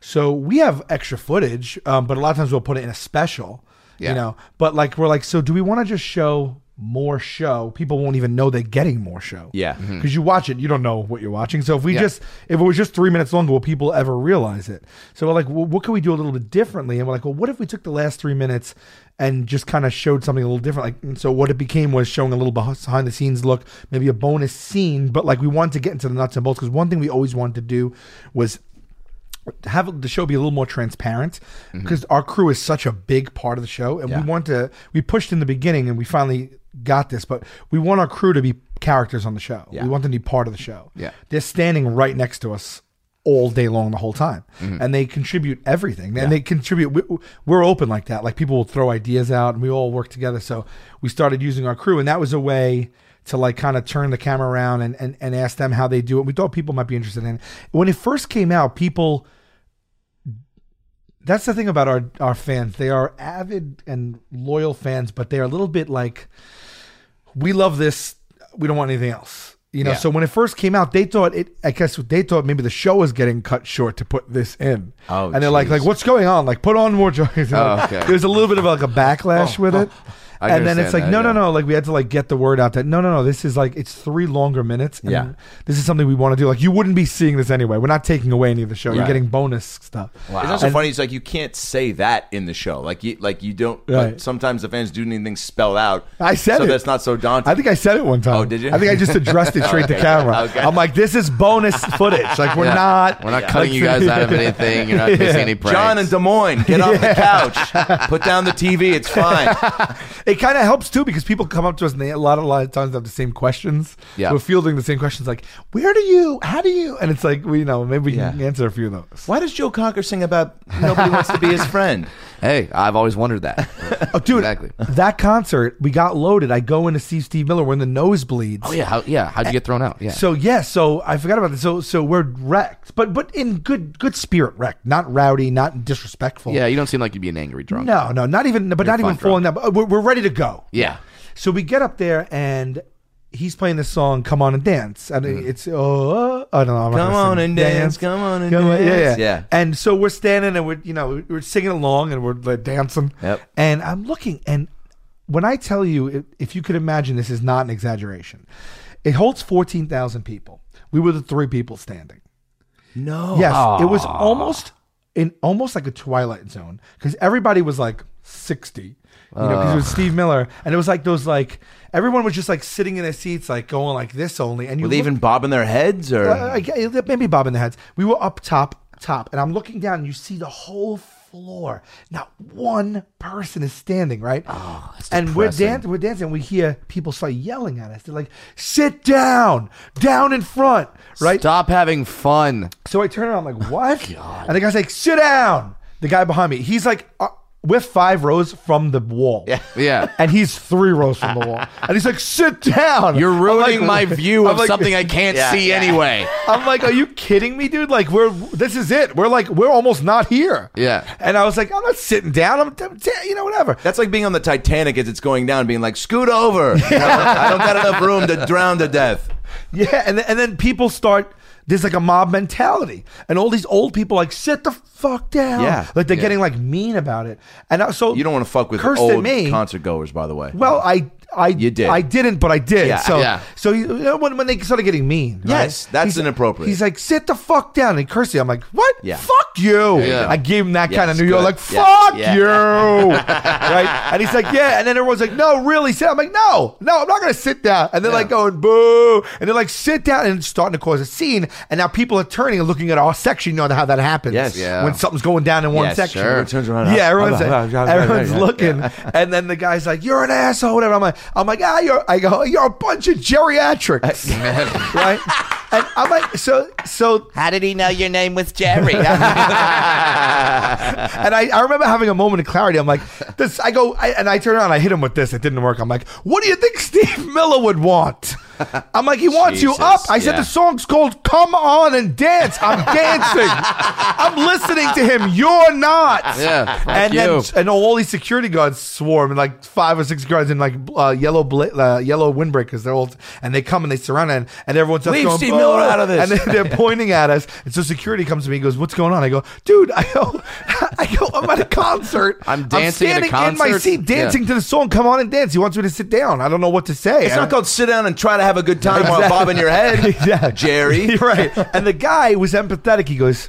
so we have extra footage um, but a lot of times we'll put it in a special
Yeah.
you know but like we're like so do we want to just show more show people won't even know they're getting more show
Yeah.
because you watch it, you don't know what you're watching. So if we just if it was just three minutes long, will people ever realize it? So we're like, well, what can we do a little bit differently? And we're like, well, what if we took the last three minutes and just kind of showed something a little different? Like, and so what it became was showing a little behind the scenes look, maybe a bonus scene, but like we wanted to get into the nuts and bolts because one thing we always wanted to do was have the show be a little more transparent because our crew is such a big part of the show and we want to we pushed in the beginning and we finally got this but we want our crew to be characters on the show we want them to be part of the show
Yeah.
they're standing right next to us all day long the whole time and they contribute everything and they contribute we, we're open like that like people will throw ideas out and we all work together so we started using our crew and that was a way to like kind of turn the camera around and, and and ask them how they do it we thought people might be interested in it. when it first came out people that's the thing about our our fans. They are avid and loyal fans, but they are a little bit like we love this. We don't want anything else. You know,
Yeah.
so when it first came out, they thought it. I guess they thought maybe the show was getting cut short to put this in.
Oh,
and they're like,
jeez.
like, what's going on? Like, put on more jokes.
Oh, okay. Oh,
There's a little bit of like a backlash with it,
I
and then it's like,
understand that,
no, no,
yeah.
no. Like we had to like get the word out that no, no, no. This is like it's three longer minutes. And
Yeah.
this is something we want to do. Like you wouldn't be seeing this anyway. We're not taking away any of the show. You're
Right.
getting bonus stuff.
It's also
And-
funny. It's like you can't say that in the show. Like you, like you don't. Like
Right.
sometimes the fans do need things spelled out.
I said
so
it.
that's not so daunting.
I think I said it one time.
Oh, did you?
I think I just addressed it straight to
Okay.
camera.
Okay.
I'm like, this is bonus footage. Like we're
Yeah.
not.
We're not cutting
like-
you guys out of anything. You're not missing any pranks.
John in Des Moines, get off the couch. Put down the TV. It's fine.
It kind of helps too because people come up to us and they a lot, a lot of times have the same questions.
Yeah.
we're fielding the same questions. Like, where do you? How do you? And it's like, we you know, maybe we can
Yeah.
answer a few of those.
Why does Joe Cocker sing about nobody wants to be his friend?
hey, I've always wondered that.
Oh, dude,
exactly.
that concert we got loaded. I go in to see Steve Miller. We're in the nosebleeds.
Oh yeah, how, yeah. How'd you get thrown out? Yeah.
So yeah, so I forgot about this. So so we're wrecked, but but in good good spirit wrecked, not rowdy, not disrespectful.
yeah, you don't seem like you'd be an angry drunk.
No, no, not even, but not
You're
even
fun
falling down. But uh, we're, we're ready to go.
Yeah.
So we get up there and he's playing this song, "Come On and Dance," and it's oh, I don't know. I'm not
Mm-hmm. Come
gonna
on
sing
and
it.
dance, come on and
yeah, yeah,
dance. Yeah.
And so we're standing and we're you know we're singing along and we're like, dancing.
Yep.
And I'm looking and when I tell you, if, if you could imagine, this is not an exaggeration. It holds fourteen thousand people. We were the three people standing.
No.
Yes, it was almost in almost like a twilight zone because everybody was like sixty. You know, because it was Steve Miller, and it was like those like everyone was just like sitting in their seats, like going like this only, and you
Were they
look-
even bobbing their heads or?
uh, I gue- maybe bobbing their heads. We were up top, top, and I'm looking down, and you see the whole floor. Not one person is standing, right? Oh, and we're dancing, we're dancing, and we hear people start yelling at us. They're like, "Sit down, down in front, right?"
Stop having fun. Oh
So I turn around, I'm like, what? And the guy's like, sit down. The guy behind me, he's like, uh, we're five rows from the wall. Yeah.
Yeah.
And he's three rows from the wall. And he's like, sit down.
You're
I'm
ruining
like-
my view
I'm
of
like-
something I can't
Yeah,
see
yeah.
anyway.
I'm like, are you kidding me, dude? Like, we're, this is it. We're like, we're almost not here.
Yeah.
And I was like, I'm not sitting down. I'm, I'm t- you know, whatever.
That's like being on the Titanic as it's going down, being like, scoot over. You know, I don't got enough room to drown to death.
Yeah, and then, and then people start. There's like a mob mentality, and all these old people like sit the fuck down.
Yeah.
like they're
Yeah.
getting like mean about it, and I, so
You don't want to fuck with
cursed
old
at me.
concert goers, by the way.
Well, I. I,
You did.
I didn't, but I did.
Yeah.
so,
Yeah.
so you know, when, when they started getting mean, right?
Yes, that's inappropriate.
He's like, "Sit the fuck down," and he cursed me. I'm like, "What?
Yeah.
Fuck you!"
Yeah.
I gave him that
Yes,
kind of New York,
good.
like,
Yeah.
"Fuck
Yeah.
you!" right? And he's like, "Yeah," and then everyone's like, "No, really?" Sit. I'm like, "No, no, I'm not gonna sit down." And they're like going, "Boo!" And they're like, "Sit down," and it's starting to cause a scene. And now people are turning and looking at our section. You know how that happens.
Yes. Yeah.
when something's going down in one
Yes,
section,
sure. Everyone turns around. "Ah,
Yeah, everyone's
Blah, blah, blah, blah,
everyone's
blah, blah.
looking, and then the guy's like, "You're an asshole," whatever. I'm like, I'm like, ah, you're. I go, you're a bunch of geriatrics, right? And I'm like, so, so,
How did he know your name was Jerry?
and I, I remember having a moment of clarity. I'm like, this. I go, I, and I turn around, I hit him with this. It didn't work. I'm like, what do you think Steve Miller would want? I'm like, he wants
Jesus,
you up. I said
yeah.
the song's called "Come On and Dance." I'm dancing. I'm listening to him. You're not.
Yeah, fuck
and
you.
then and all these security guards swarm and like five or six guards in like uh, yellow bla- uh, yellow windbreakers. They're all and they come and they surround it and, and everyone's just
Leave
going, "Oh,"
Steve Miller out of this.
And they- they're pointing at us. And so security comes to me and goes, "What's going on?" I go, "Dude, I go, I go, I'm at a concert.
I'm dancing at a
standing in my
concert?"
seat, dancing to the song. Come on and dance. He wants me to sit down. I don't know what to say.
It's
I-
not called sit down and try to have a good time while bobbing your head,
yeah,
Jerry.
You're right. And the guy was empathetic. He goes,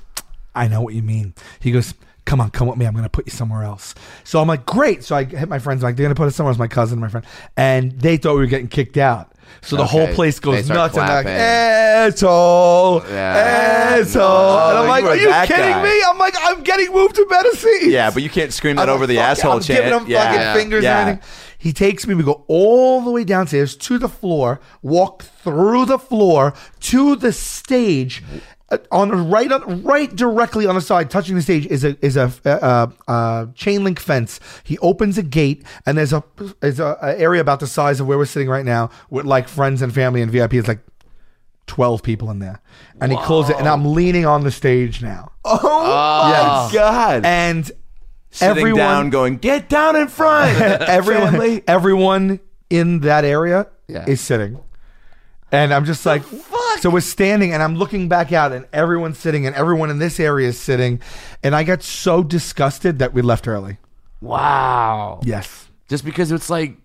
I know what you mean. He goes, Come on, come with me. I'm going to put you somewhere else. So I'm like, Great. So I hit my friends. I'm like, they're going to put us somewhere else. My cousin, my friend, and they thought we were getting kicked out. So the
Okay.
whole place
They
goes
start
nuts and they're like,
clapping.
asshole,
Yeah.
asshole. and I'm
you
like,
were
are you
that
kidding
guy."
me? I'm like, I'm getting moved to better seats.
Yeah, but you can't scream that
I'm
over the
fucking-
asshole
I'm
chant.
giving him
yeah.
fucking
yeah.
fingers
yeah.
and everything. He takes me. We go all the way downstairs to the floor, walk through the floor to the stage. Uh, on the right, on, right directly on the side, touching the stage is a is a uh, uh, chain link fence. He opens a gate, and there's a is a, a area about the size of where we're sitting right now, with like friends and family and VIP. It's like 12 people in there. And he closed it, and I'm leaning on the stage now. Oh,
Oh, God.
And
Sitting
everyone,
down going, get down in front.
everyone,
family.
everyone in that area
Yeah.
is sitting. And I'm just like, so we're standing, and I'm looking back out, and everyone's sitting, and everyone in this area is sitting. And I got so disgusted that we left early.
Wow.
Yes.
Just because it's like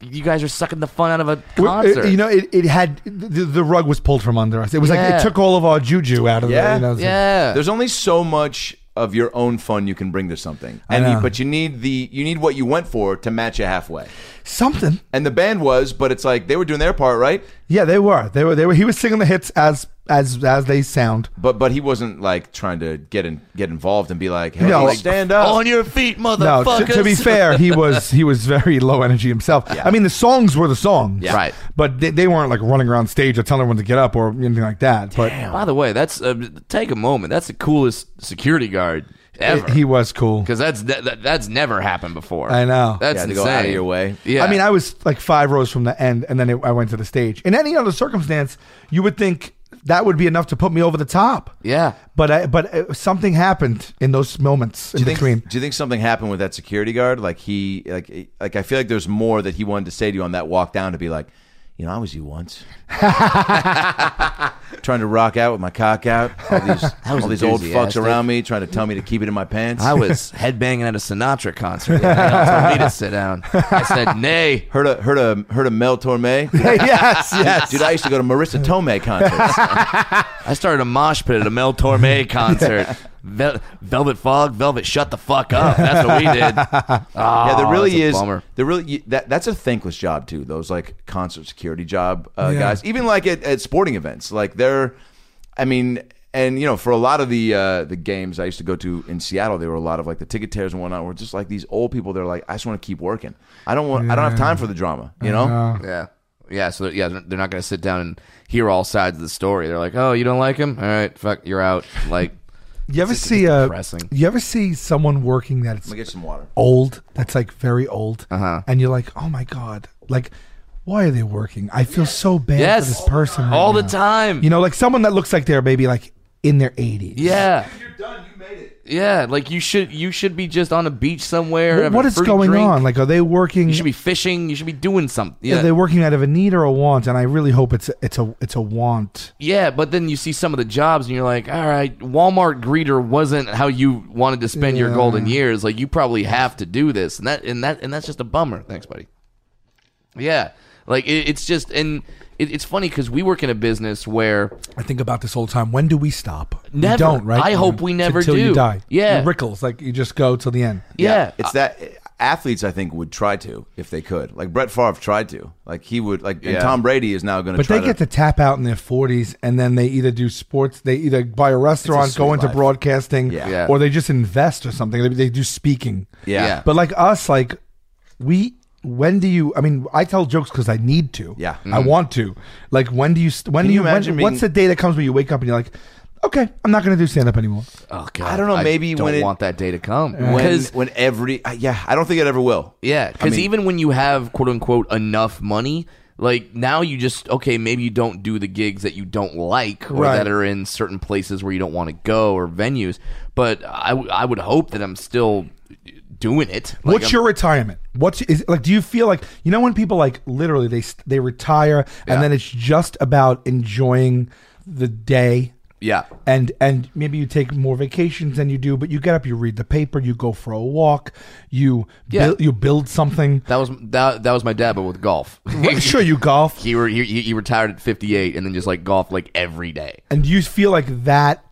you guys are sucking the fun out of a
Well,
concert.
it- uh, you know, it, it had the, the rug was pulled from under us. It was like
Yeah.
it took all of our juju out of
Yeah.
the. You know, so-
yeah.
There's only so much of your own fun you can bring to something, and you,
know.
but you need the you need what you went for to match it halfway.
Something.
And the band was, but it's like they were doing their part, right?
Yeah, they were. They were. They were. He was singing the hits as as as they sound.
But but he wasn't like trying to get in, get involved and be like, hey,
No, like,
stand up.
on your feet,
No,
motherfuckers.
to, to be fair, he was he was very low energy himself. I mean, the songs were the songs,
Yeah.
Right.
But they, they weren't like running around stage or telling everyone to get up or anything like that. But
By the way, that's uh, take a moment. That's the coolest security guard ever.
he was cool.
because that's that, that- that's never happened before.
I know.
That's
Yeah, to
insane.
go out of your way.
Yeah,
I mean, I was like five rows from the end, and then it, I went to the stage. In any other circumstance, you would think that would be enough to put me over the top.
yeah.
But I, but uh, something happened in those moments in
do you
between.
think, do you think something happened with that security guard? Like he, like, like I feel like there's more that he wanted to say to you on that walk down to be like, you know, I was you once, trying to rock out with my cock out. All these, all these old fucks
enthusiastic.
around me trying to tell me to keep it in my pants.
I was headbanging at a Sinatra concert. Yeah, told me to sit down. I said, "Nay."
heard a heard a heard a Mel Torme.
yes, yes.
Dude, I used to go to Marissa Tomei concerts.
I started a mosh pit at a Mel Torme concert. Vel- Velvet Fog, Velvet, shut the fuck up. That's what we did.
yeah, there
Oh,
really
that's a
is.
bummer.
There really you- that that's a thankless job too. Those like concert security job uh,
Yeah.
guys, even like at, at sporting events, like they're, I mean, and you know, for a lot of the uh, the games I used to go to in Seattle, there were a lot of like the ticketeers and whatnot. Were just like these old people. They're like, I just want to keep working. I don't want. I don't have time for the drama. You know.
Yeah. Yeah, so yeah, they're not going to sit down and hear all sides of the story. They're like, "Oh, you don't like him? All right, fuck, you're out." Like,
You ever
It's
see a?
depressing.
You ever see someone working that's
Let me get some water.
old? That's like very old,
Uh-huh.
and you're like, oh my god, like. Why are they working? I feel so bad
Yes.
for this person. right
all the
now.
time.
You know, like someone that looks like they're maybe like in their 80s.
yeah,
You're done. You made it.
yeah. Like you should you should be just on a beach somewhere.
What-
having
what
a
is
fruit
going
drink.
on? Like, are they working?
You should be fishing. You should be doing something.
Are
Yeah,
they working out of a need or a want? And I really hope it's it's a it's a want.
yeah. But then you see some of the jobs, and you're like, all right, Walmart greeter wasn't how you wanted to spend your
Yeah.
golden years. Like you probably have to do this, and that and that and that's just a bummer. Thanks, buddy. Yeah, like it, it's just and. It, it's funny because we work in a business where
I think about this all the time. When do we stop? We
Never.
don't, right?
I hope we never
Till you
do.
die.
Yeah.
Rickles, like you just go till the end.
yeah,
Uh,
It's that athletes I think would try to if they could. Like Brett Favre tried to. Like he would like and
Yeah.
Tom Brady is now going
But
try
they get to tap out in their 40s and then they either do sports, they either buy a restaurant,
sweet
go into
life.
broadcasting,
Yeah.
Yeah.
or they just invest or something. They, they do speaking.
yeah.
Yeah.
But like us, like we, when do you? I mean, I tell jokes because I need to.
Yeah. Mm-hmm.
I want to. Like, when do you? st- When
Can
do
you
you? when-
imagine being-
what's the day that comes when you wake up and you're like, okay, I'm not going to do stand up anymore.
Oh god,
I don't know, maybe
don't
when it-
want that day to come.
When,
'Cause-
when every uh, yeah, I don't think it ever will.
yeah, because
mean-
even when you have quote unquote enough money, like now you just okay, maybe you don't do the gigs that you don't like or
Right.
that are in certain places where you don't want to go or venues. But I w- I would hope that I'm still doing it. Like,
What's
I'm-
your retirement? What's is like? Do you feel like you know when people like literally they st- they retire and then it's just about enjoying the day.
Yeah.
And and maybe you take more vacations than you do, but you get up, you read the paper, you go for a walk, you
Yeah.
buil- you build something.
that was that, that was my dad, but with golf.
sure, you golf.
he, re- he he retired at 58 and then just like golfed like every day.
and you feel like that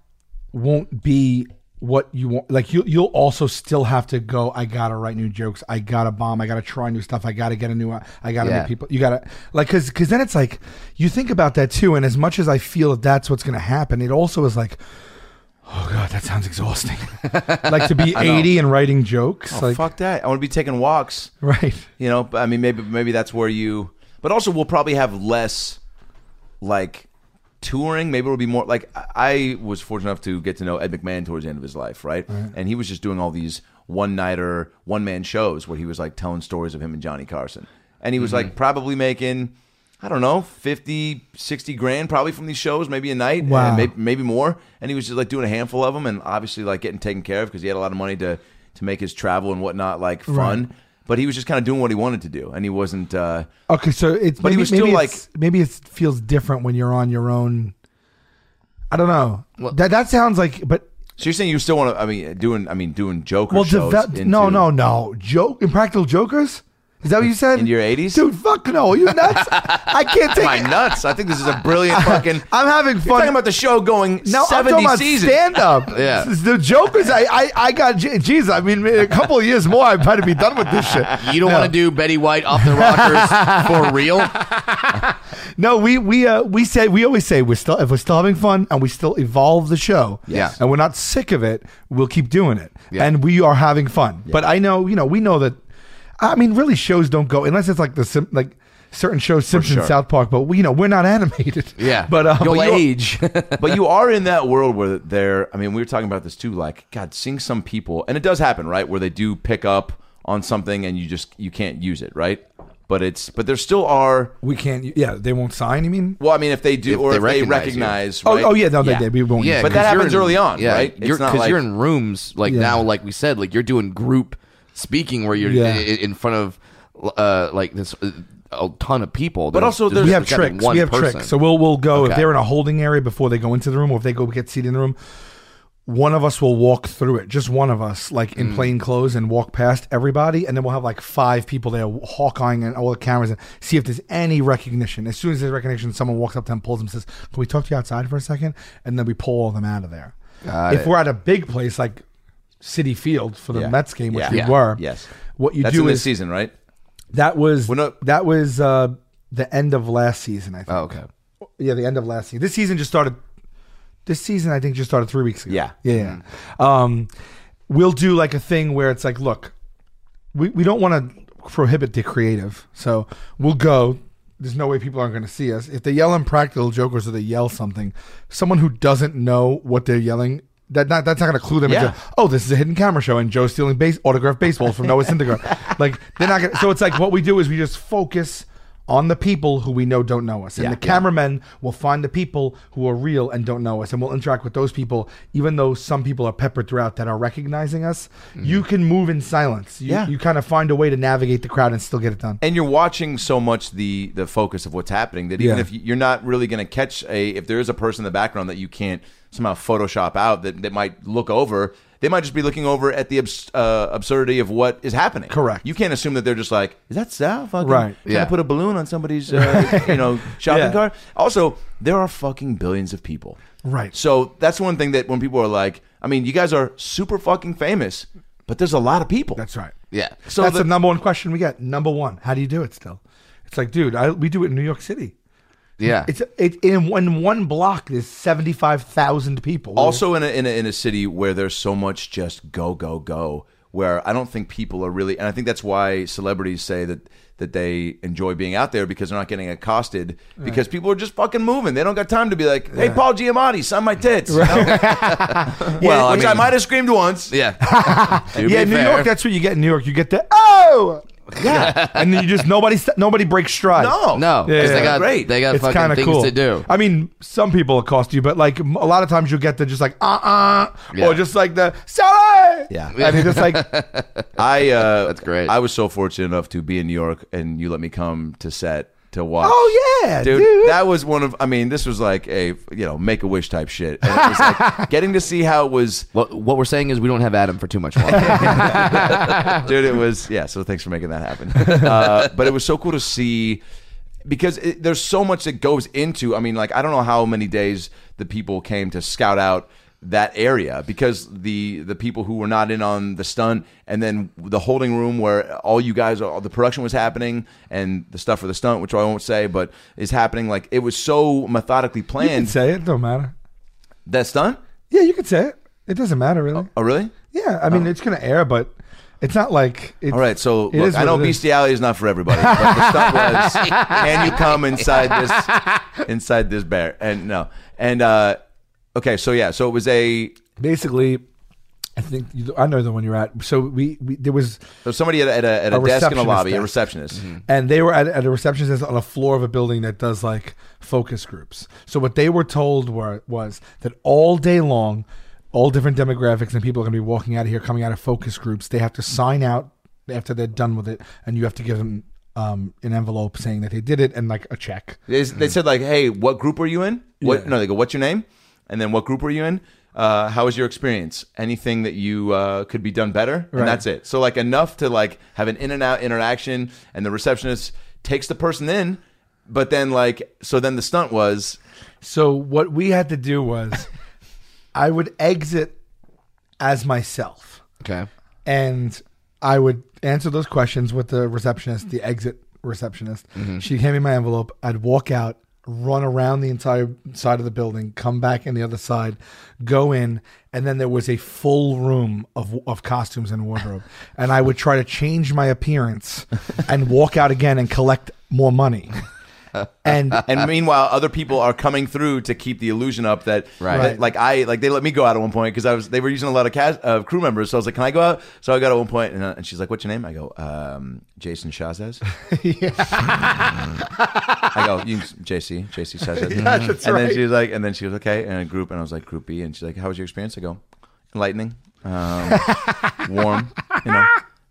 won't be what you want like you you'll also still have to go i gotta write new jokes i gotta bomb i gotta try new stuff i gotta get a new i gotta
Yeah.
make people you gotta like because because then it's like you think about that too and as much as i feel that that's what's gonna happen it also is like oh god that sounds exhausting like to be 80 and writing jokes
Oh,
like
fuck that. I want to be taking walks.
right
You know, but I mean, maybe maybe that's where you. But also, we'll probably have less like touring. Maybe it'll be more like I I was fortunate enough to get to know Ed McMahon towards the end of his life, right? And he was just doing all these one nighter, one man shows where he was like telling stories of him and Johnny Carson, and he was like probably making. I don't know, 50, 60 grand probably from these shows, maybe a night,
Wow.
maybe, maybe more. And he was just like doing a handful of them and obviously like getting taken care of because he had a lot of money to, to make his travel and whatnot like fun.
Right.
But he was just kind of doing what he wanted to do, and he wasn't. Uh,
Okay, so it's
But
maybe,
he was still
maybe
like-
it's- maybe it feels different when you're on your own. I don't know. that that sounds like, but
so you're saying you still want to? I mean, doing. I mean, doing Joker
well,
shows.
develop.
into-
No, no, no. Joke, impractical jokers. Is that what you said?
In your 80s?
dude? Fuck no, are you nuts? I can't take.
Am I
it.
nuts? I think this is a brilliant fucking.
I'm having
You're talking
fun.
about the show going
No, I'm
70
talking about
seasons.
stand up.
Yeah.
the jokers. I, I, I got. Jeez, I mean, in a couple of years more, I'd probably be done with this shit.
You don't
No.
want to do Betty White off the rockers for real?
No, we we uh, we say we always say we're still if we're still having fun and we still evolve the show,
Yes.
and we're not sick of it, we'll keep doing it,
Yeah.
and we are having fun. But I know you know we know that. I mean, really, shows don't go unless it's like the Sim- like certain shows, Simpsons, South Park. But we, you know, we're not animated.
Yeah.
but um,
You'll
but you-
age.
but you are in that world where they're i mean we were talking about this too like god seeing some people and it does happen right where they do pick up on something and you just you can't use it right but it's but there still are
we can't. Yeah, they won't sign. You mean?
well i mean if they do
If
or
they
if they
recognize
recognize
Oh,
right?
oh yeah, no,
Yeah.
they did. We won't.
Yeah,
But that
'cause you're
happens
in-
early on, right? It's
You're
not
because you're
like-
in rooms like
Yeah.
now, like we said, like you're doing group speaking where you're
Yeah.
i- in front of uh, like this uh, a ton of people.
But also there's-
we have
just gotta be
tricks.
one
We have
person.
tricks. So we'll we'll go if
Okay.
they're in a holding area before they go into the room, or if they go get seated in the room. One of us will walk through it, just one of us, like
Mm.
in plain clothes, and walk past everybody, and then we'll have like five people there hawkeyeing and all the cameras and see if there's any recognition. As soon as there's recognition, someone walks up to them, pulls them, says, "Can we talk to you outside for a second? And then we pull all of them out of there. if we're at a big place like City Field for the
Yeah.
Mets game, which
Yeah.
we
Yeah.
were,
Yes.
what you
that's
do
in
is
this season right
that was
We're not-
that was uh, the end of last season. I think.
Oh, okay.
Yeah, the end of last season. This season just started. This season, I think, just started three weeks ago.
Yeah. Mm-hmm.
yeah. yeah. Um, we'll do like a thing where it's like, look, we, we don't want to prohibit the creative, so we'll go. There's no way people aren't going to see us if they yell impractical jokers or they yell something. Someone who doesn't know what they're yelling That not, that's not going to clue them
Yeah.
into oh this is a hidden camera show and Joe's stealing base autographed baseballs from Noah Syndergaard. Like they're not going. to So it's like what we do is we just focus on the people who we know don't know us, and the cameramen will find the people who are real and don't know us, and we'll interact with those people, even though some people are peppered throughout that are recognizing us. You can move in silence. You,
Yeah.
you kind of find a way to navigate the crowd and still get it done.
and you're watching so much the the focus of what's happening that even
Yeah.
if you're not really going to catch a if there is a person in the background that you can't somehow Photoshop out that that might look over, they might just be looking over at the abs- uh, absurdity of what is happening.
Correct.
You can't assume that they're just like, is that Sal fucking
Right.
trying
Yeah.
to put a balloon on somebody's uh, you know shopping
Yeah.
cart? Also, there are fucking billions of people.
Right.
So that's one thing that when people are like, I mean, you guys are super fucking famous, but there's a lot of people.
That's right.
Yeah.
So that's the, number one question we get. Number one, how do you do it still? It's like, dude, I, we do it in New York City.
Yeah.
It's it in one, one block. There's seventy five thousand people.
also in a, in a in a city where there's so much just go go go where i don't think people are really and i think that's why celebrities say that that they enjoy being out there because they're not getting accosted because people are just fucking moving they don't got time to be like hey paul giamatti sign my tits you know?
Well, I
which i,
mean-
might have screamed once
yeah. To be
yeah, New
fair.
York. That's what you get in New York. You get the oh, yeah, and then you just nobody st- nobody breaks stride.
no
no, 'cause
Yeah, yeah.
they got
Great.
they got
it's kind
fucking
of
things
cool
to do.
I mean, some people accost you, but like m- a lot of times you'll get the just like uh uh
Yeah.
or just like the Sally.
Yeah.
and it's just like
i uh that's
great.
i was so fortunate enough to be in new york and you let me come to set to watch
oh yeah,
dude,
dude.
That was one of. I mean, this was like a you know make a wish type shit. And it was like getting to see how it was,
What, what we're saying is we don't have Adam for too much longer.
dude. It was yeah. So thanks for making that happen. Uh, but it was so cool to see because it, there's so much that goes into. I mean, like I don't know how many days the people came to scout out that area because the the people who were not in on the stunt and then the holding room where all you guys all the production was happening and the stuff for the stunt which I won't say but is happening like it was so methodically
you can
planned
say it. Don't matter.
that stunt
Yeah, you can say it. It doesn't matter really.
Oh, really?
Yeah, I mean it's gonna air, but it's not like it's,
All right. So
it
look,
is
I
what
know
it is.
bestiality is not for everybody, but the stuff was, can you come inside this inside this bear? And no, and uh, okay, so yeah, so it was a
Basically, I think you, I know the one you're at. So we, we there was,
there was somebody at a, at a, at a, desk in
A
a
receptionist
lobby, a
desk. Mm-hmm.
receptionist.
and they were at, at a receptionist on a floor of a building that does like focus groups. So what they were told were was that all day long, all different demographics and people are going to be walking out of here, coming out of focus groups. They have to sign out after they're done with it, and you have to give them um, an envelope saying that they did it and like a check.
They, they said like, hey, what group are you in? What?
Yeah.
No, they go, what's your name? And then what group are you in? Uh, how was your experience? Anything that you uh, could be done better? And
Right.
that's it. So like enough to like have an in and out interaction, and the receptionist takes the person in, but then like so then the stunt was
So what we had to do was, I would exit as myself.
okay.
and I would answer those questions with the receptionist, the exit receptionist. She'd hand me my envelope. I'd walk out, run around the entire side of the building, come back in the other side, go in, and then there was a full room of of costumes and wardrobe. and I would try to change my appearance and walk out again and collect more money. And
And meanwhile, other people are coming through to keep the illusion up that,
Right.
that, like I like they let me go out at one point because I was they were using a lot of cast, uh, crew members, so I was like, "Can I go out?" So I got at one point, and, uh, and she's like, "What's your name?" I go, um, "Jason Shazaz." Mm-hmm. I go, "You JC JC Shazaz." and then she was like, and then she was okay, and a group, and I was like, "Group B," and she's like, "How was your experience?" I go, "Enlightening, um, warm, you know."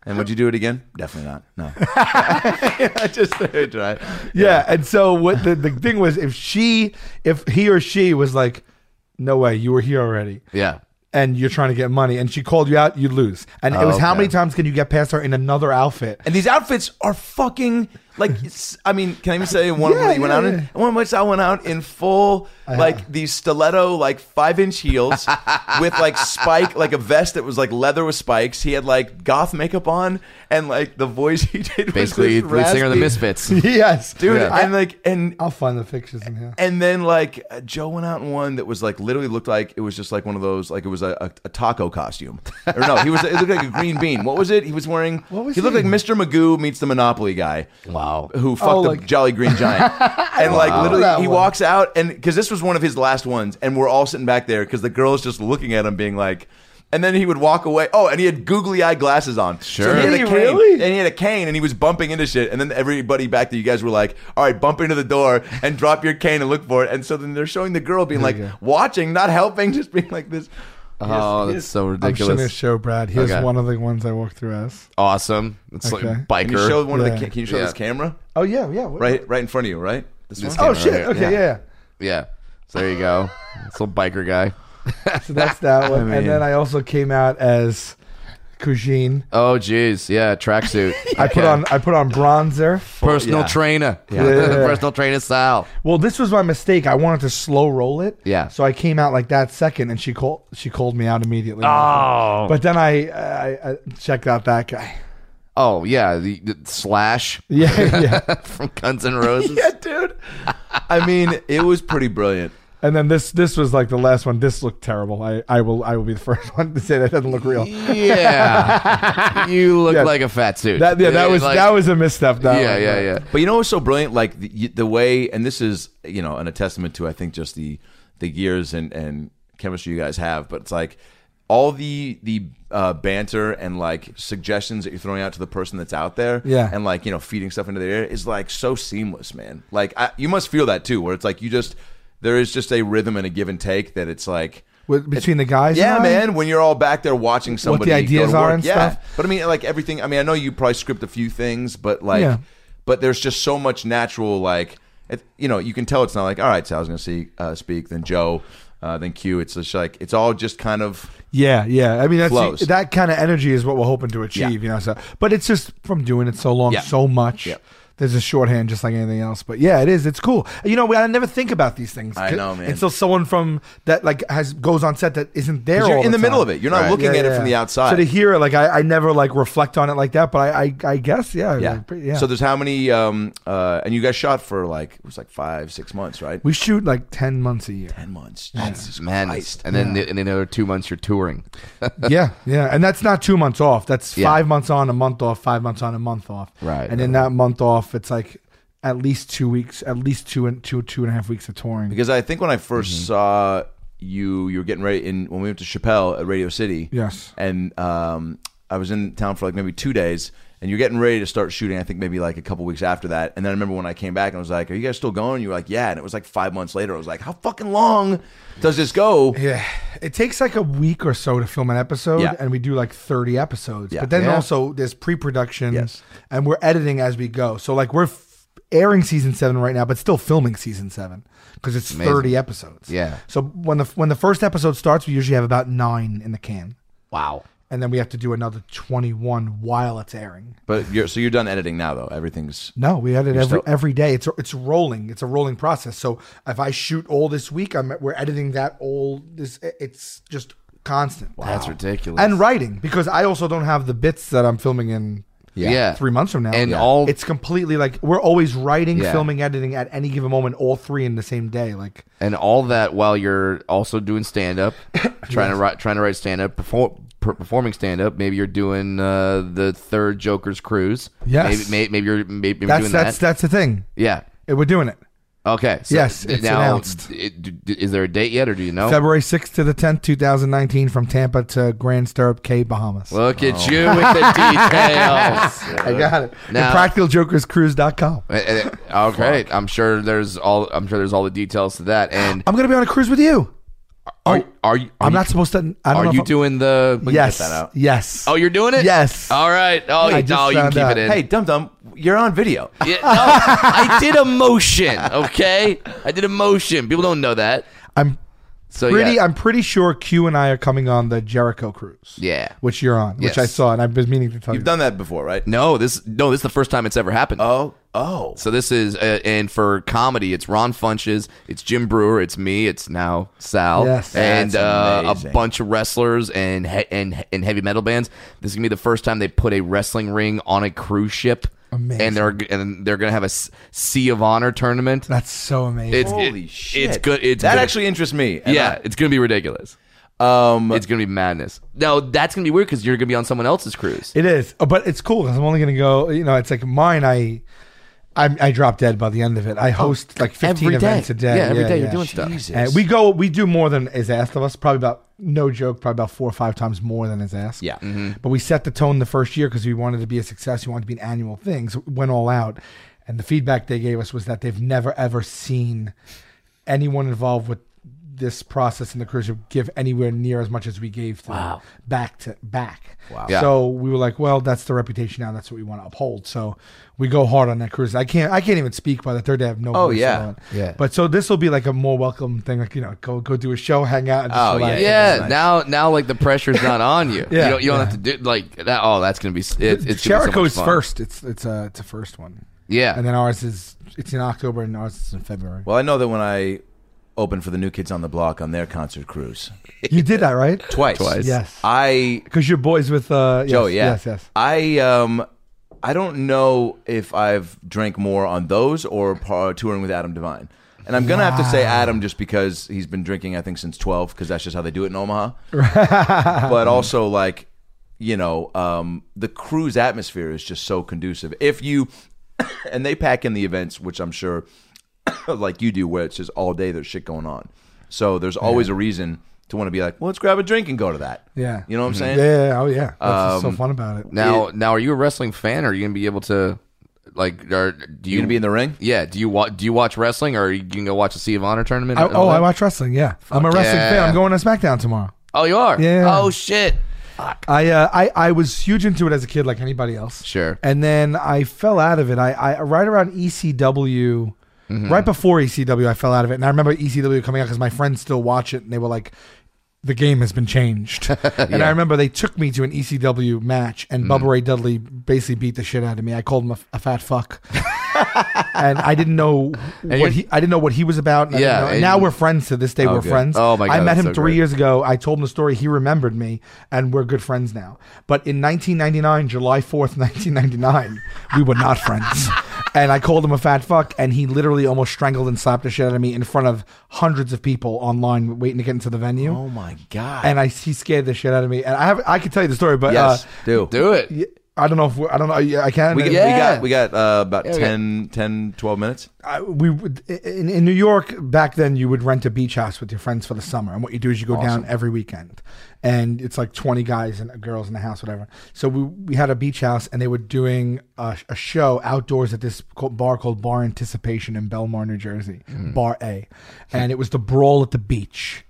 And would you do it again? Definitely not. No. I just I tried.
yeah, and so what the, the thing was if she if he or she was like, No way, you were here already.
Yeah.
and you're trying to get money and she called you out, you lose. And it was how
okay.
many times can you get past her in another outfit?
And these outfits are fucking like. it's- I mean, can I even say one of them
Yeah,
that you went
yeah,
out
yeah.
in? One of which I went out in full like these stiletto like five inch heels with like spike like a vest that was like leather with spikes. He had like goth makeup on and like the voice he did was
Basically,
this
the lead singer of the
raspy-
Misfits.
yes.
dude.
Yeah.
And like and
I'll find the pictures in here.
and then like uh, Joe went out in one that was like literally looked like it was just like one of those like it was a, a, a taco costume or no he was it looked like a green bean what was it he was wearing
What was
he looked
he?
like Mr Magoo meets the Monopoly guy
Wow.
who fucked the
Oh, like-
Jolly Green Giant. and like
That
literally, he
one.
walks out and because this was one of his last ones, and we're all sitting back there because the girl's just looking at him, being like. And then he would walk away. Oh, and he had googly eye glasses on. Sure. he had a
Did he
cane,
really?
And he had a cane, and he was bumping into shit. And then everybody back there, you guys were like, "All right, bump into the door and drop your cane and look for it." And so then they're showing the girl being like, watching, not helping, just being like this.
Oh, that's so
I'm just gonna
ridiculous.
show Brad. Here's
Okay.
one of the ones I walked through as.
Awesome. It's
Okay.
like
Can you show
biker.
one of
Yeah.
the? ca- Can you show
Yeah.
this camera
Oh yeah, yeah. what-
right, right in front of you, right? This,
This
one.
Oh
camera
shit.
right here.
okay, yeah. yeah.
Yeah. So there you go. This little biker guy.
So that's that one.
mean-
and then I also came out as Cuisine.
Oh, jeez. Yeah, tracksuit.
I put
Okay.
on I put on bronzer.
personal
yeah.
trainer.
Yeah.
personal trainer style.
Well, this was my mistake. I wanted to slow roll it.
Yeah.
So I came out like that second, and she called she called me out immediately. Oh. But then I I, I checked out that guy.
Oh yeah, the, the slash
Yeah, yeah.
from Guns N' Roses.
yeah, dude. I mean, it was pretty brilliant.
And then this this was like the last one. This looked terrible. I, I will I will be the first one to say that doesn't look real.
Yeah, you look
Yeah.
like a fat suit.
That yeah that was
Like-
that was a misstep. That
yeah
one.
yeah yeah.
But you know what's so brilliant? Like the, y- the way, and this is you know, and a testament to I think just the the years and and chemistry you guys have. But it's like all the the uh, banter and like suggestions that you're throwing out to the person that's out there,
Yeah.
and like you know, feeding stuff into their ear is like so seamless, man. Like I, you must feel that too, where it's like you just there is just a rhythm and a give and take that it's like.
With, between the guys.
Yeah,
and I?
man. When you're all back there watching somebody, go
ideas
to
are
work.
and
yeah.
stuff.
But I mean, like everything. I mean, I know you probably script a few things, but like,
Yeah.
but there's just so much natural. Like, it, you know, you can tell it's not like, all right, Sal's gonna see, uh, speak, then Joe, uh, then Q. It's just like it's all just kind of
Yeah, yeah. I mean, that's
Flows.
that kind of energy is what we're hoping to achieve,
Yeah.
you know. So, but it's just from doing it so long,
Yeah.
so much.
Yeah.
There's a shorthand, just like anything else. But yeah, it is. It's cool. You know, we- I never think about these things.
I know, man.
Until someone from that like has goes on set that isn't there.
'cause you're
all
in the
time.
middle of it. You're not
Right.
looking
Yeah,
at it
yeah.
from the outside.
So to hear it, like I, I never like reflect on it like that. But I, I, I guess, yeah,
yeah.
like, pretty- yeah.
So there's how many? Um, uh, and you guys shot for like it was like five, six months, right?
we shoot like ten months a year.
Ten months. Jesus
Madness.
Christ.
And then the, in another two months you're touring.
yeah, yeah, and that's not two months off. That's
Yeah.
five months on, a month off, five months on, a month off.
Right,
And in
right.
that month off, it's like at least two weeks, at least two and two two and a half weeks of touring.
Because I think when I 1st
Mm-hmm.
saw you, you were getting ready in when we went to Chappelle at Radio City.
Yes.
And um, I was in town for like maybe two days, and you're getting ready to start shooting. I think maybe like a couple weeks after that. And then I remember when I came back and I was like, "Are you guys still going?" You were like, "Yeah." And it was like five months later. I was like, "How fucking long does this go?"
yeah, it takes like a week or so to film an episode,
Yeah.
and we do like thirty episodes.
Yeah.
But then
Yeah.
also there's pre-production,
Yes.
and we're editing as we go. So like we're f- airing season seven right now, but still filming season seven because it's
Amazing.
thirty episodes.
Yeah.
So when the when the first episode starts, we usually have about nine in the can.
Wow.
and then we have to do another 21 while it's airing.
But you're so you're done editing now though. Everything's
No, we edit every
still-
every day. It's it's rolling. It's a rolling process. So if I shoot all this week, I'm we're editing that all this. It's just constant.
That's ridiculous.
And writing because I also don't have the bits that I'm filming in.
yeah.
three months from now,
And all-
it's completely like we're always writing,
Yeah.
filming, editing at any given moment, all three in the same day. Like
and all that while you're also doing stand up, trying to write, trying to write stand up, perform, per, performing stand up. Maybe you're doing uh, the third Joker's cruise.
Yes.
Maybe, may- maybe you're maybe you're
that's
doing
that's
that.
that's the thing.
Yeah.
We're doing it
Okay. So
Yes,
th-
it's announced.
d- it- d- d- is there a date yet, or do you know?
February sixth to the tenth, two thousand nineteen, from Tampa to Grand Stirrup Cay, Bahamas.
Look
Oh.
at you with the details.
I got it.
Now-
At practicaljokerscruise.com.
Eh, eh, okay, I'm sure there's all. I'm sure there's all the details to that. And
I'm going to be on a cruise with you.
are are you? Are
I'm
you,
not supposed to. I don't know
Are
if
you
I'm-
doing the?
Yes.
that out.
Yes.
Oh, you're doing it.
Yes.
All right. Oh,
I
you,
just
oh, you can
found
keep
out.
it in.
hey, dum dum, you're on video.
Yeah, no, I did a motion. Okay, I did a motion. People don't know that.
I'm
So
pretty.
Oh, yeah,
I'm pretty sure Q and I are coming on the Jericho cruise.
Yeah.
Which you're on.
Yes.
Which I saw, and I've been meaning to tell you.
You've done that before, right?
no, this no, this is the first time it's ever happened.
Oh, oh.
So this is uh, and for comedy, it's Ron Funches, it's Jim Brewer, it's me, it's now Sal,
Yes.
and
That's
uh, a
amazing.
bunch of wrestlers and he- and and heavy metal bands. This is gonna be the first time they put a wrestling ring on a cruise ship.
Amazing.
And they're g- and they're gonna have a s- Sea of Honor tournament.
That's so amazing.
It's
Holy
it-
shit!
It's good. It's
that
good.
actually interests me. And
yeah. It's gonna be ridiculous.
I- um.
It's gonna be madness. No, that's gonna be weird because you're gonna be on someone else's cruise.
It is, Oh, but it's cool because I'm only going to go. You know, it's like mine. I I, I drop dead by the end of it. I host like 15
Oh, every day.
events a day.
Yeah, every day you're doing stuff.
And we go, we do more than is asked of us. Probably about no joke, probably about four or five times more than is asked.
Yeah.
But we set the tone the first year because we wanted to be a success. We wanted to be an annual thing. So we went all out, and the feedback they gave us was that they've never ever seen anyone involved with this process in the cruise ship give anywhere near as much as we gave to wow. back to back. Wow.
Yeah.
So we were like, well, that's the reputation now. That's what we want to uphold. So we go hard on that cruise. I can't. I can't even speak by the third day. I have no.
Oh,
voice
yeah.
on it.
Yeah.
But so this will be like a more welcome thing. Like you know, go go do a show, hang out. And just
Oh, yeah,
relax.
Yeah, now now like the pressure's not on you.
Yeah,
you don't, you don't
yeah.
have to do like that. Oh, that's gonna be s- it, it's gonna be so much
Jericho's
fun.
first. It's it's a it's a first one.
Yeah,
And then ours is it's in October and ours is in February.
Well, I know that when I opened for the New Kids on the Block on their concert cruise
You did that right?
twice,
Twice.
Yes.
I
Because you're boys with uh, yes,
Joe, Oh, yeah,
yes, yes.
I um, I don't know if I've drank more on those or par- touring with Adam Devine. And I'm gonna have to say Adam just because he's been drinking, I think, since twelve, because that's just how they do it in Omaha. but also, like, you know, um, the cruise atmosphere is just so conducive. If you and they pack in the events, which I'm sure, like you do, where it's just all day there's shit going on. So there's always a reason to want to be like, well, let's grab a drink and go to that.
Yeah.
you know what I'm saying? Um,
Yeah, yeah, yeah. oh yeah. That's what's so fun about it.
now now are you a wrestling fan? Or are you gonna be able to like? Are do you
You gonna be in the ring?
Yeah. Do you wa- do you watch wrestling, or you can go watch a Sea of Honor tournament?
I,
and all
oh, I
that?
watch wrestling. Yeah, I'm a wrestling
yeah.
fan. I'm going to SmackDown tomorrow.
Oh, you are.
Yeah.
Oh shit.
I, uh, I I was huge into it as a kid, like anybody else.
Sure.
And then I fell out of it. I, I right around ECW,
Mm-hmm.
right before ECW, I fell out of it. And I remember ECW coming out because my friends still watch it, and they were like, "The game has been changed." And I remember they took me to an ECW match,
Mm.
and Bubba Ray Dudley basically beat the shit out of me. I called him a, a fat fuck. and I didn't know
you're-
what he I didn't know what he was about. and I didn't
Yeah,
know-
and
now
you-
we're friends to this day. we're
good.
friends.
Oh my
I
God,
met
that's
him
so
three
great.
years years ago, I told him the story. He remembered me, and we're good friends now. But in 1999, July 4th, 1999, we were not friends. And I called him a fat fuck, and he literally almost strangled and slapped the shit out of me in front of hundreds of people online waiting to get into the venue.
Oh my god!
And I he scared the shit out of me. And I have I could tell you the story, but
yes,
uh,
do
Do it.
y- I don't know if we're, I don't know. yeah, I can't.
We, get,
Yeah.
we got we got uh, about
we got-
ten, ten, twelve 10, 10, 12 minutes.
I, we would in, in New York back then you would rent a beach house with your friends for the summer, and what you do is you go down every weekend, and it's like twenty guys and uh, girls in the house, whatever. So we we had a beach house, and they were doing a, a show outdoors at this co- bar called Bar Anticipation in Belmar, New Jersey,
Hmm.
Bar A, and it was the brawl at the beach.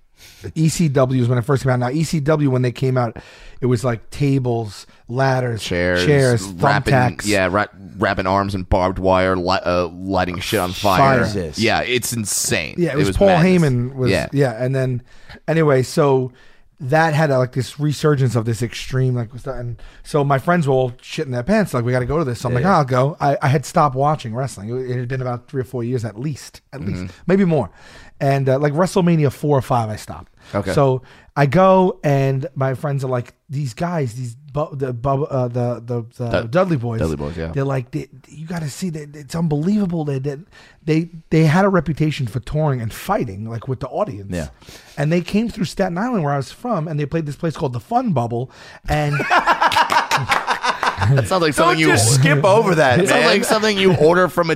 ECW is when it first came out. Now ECW when they came out, it was like tables, ladders,
Chairs.
chairs,
wrapping-
thumbtacks,
Yeah. Ra- wrapping arms and barbed wire, li- uh, lighting shit on fire.
Fire.
Jesus.
Yeah. It's insane.
Yeah, it, was, Paul
madness.
Heyman was yeah.
Yeah.
and then anyway, so that had uh, like this resurgence of this extreme like was that, and so my friends were all shitting their pants like we got to go to this. So I'm like, I'll go. I, I had stopped watching wrestling. It, it had been about three or four years at least, at
Mm-hmm.
least maybe more, and uh, like WrestleMania four or five, I stopped.
Okay.
So I go and my friends are like, these guys, these bu- the bu- uh, the the, the Dudley boys,
Dudley Boys, yeah.
they're like, they, you got to see that it's unbelievable. They, they they they had a reputation for touring and fighting, like with the audience.
Yeah.
And they came through Staten Island, where I was from, and they played this place called the Fun Bubble, and
That sounds like something you.
Just skip over that.
It sounds
man.
like something you order from a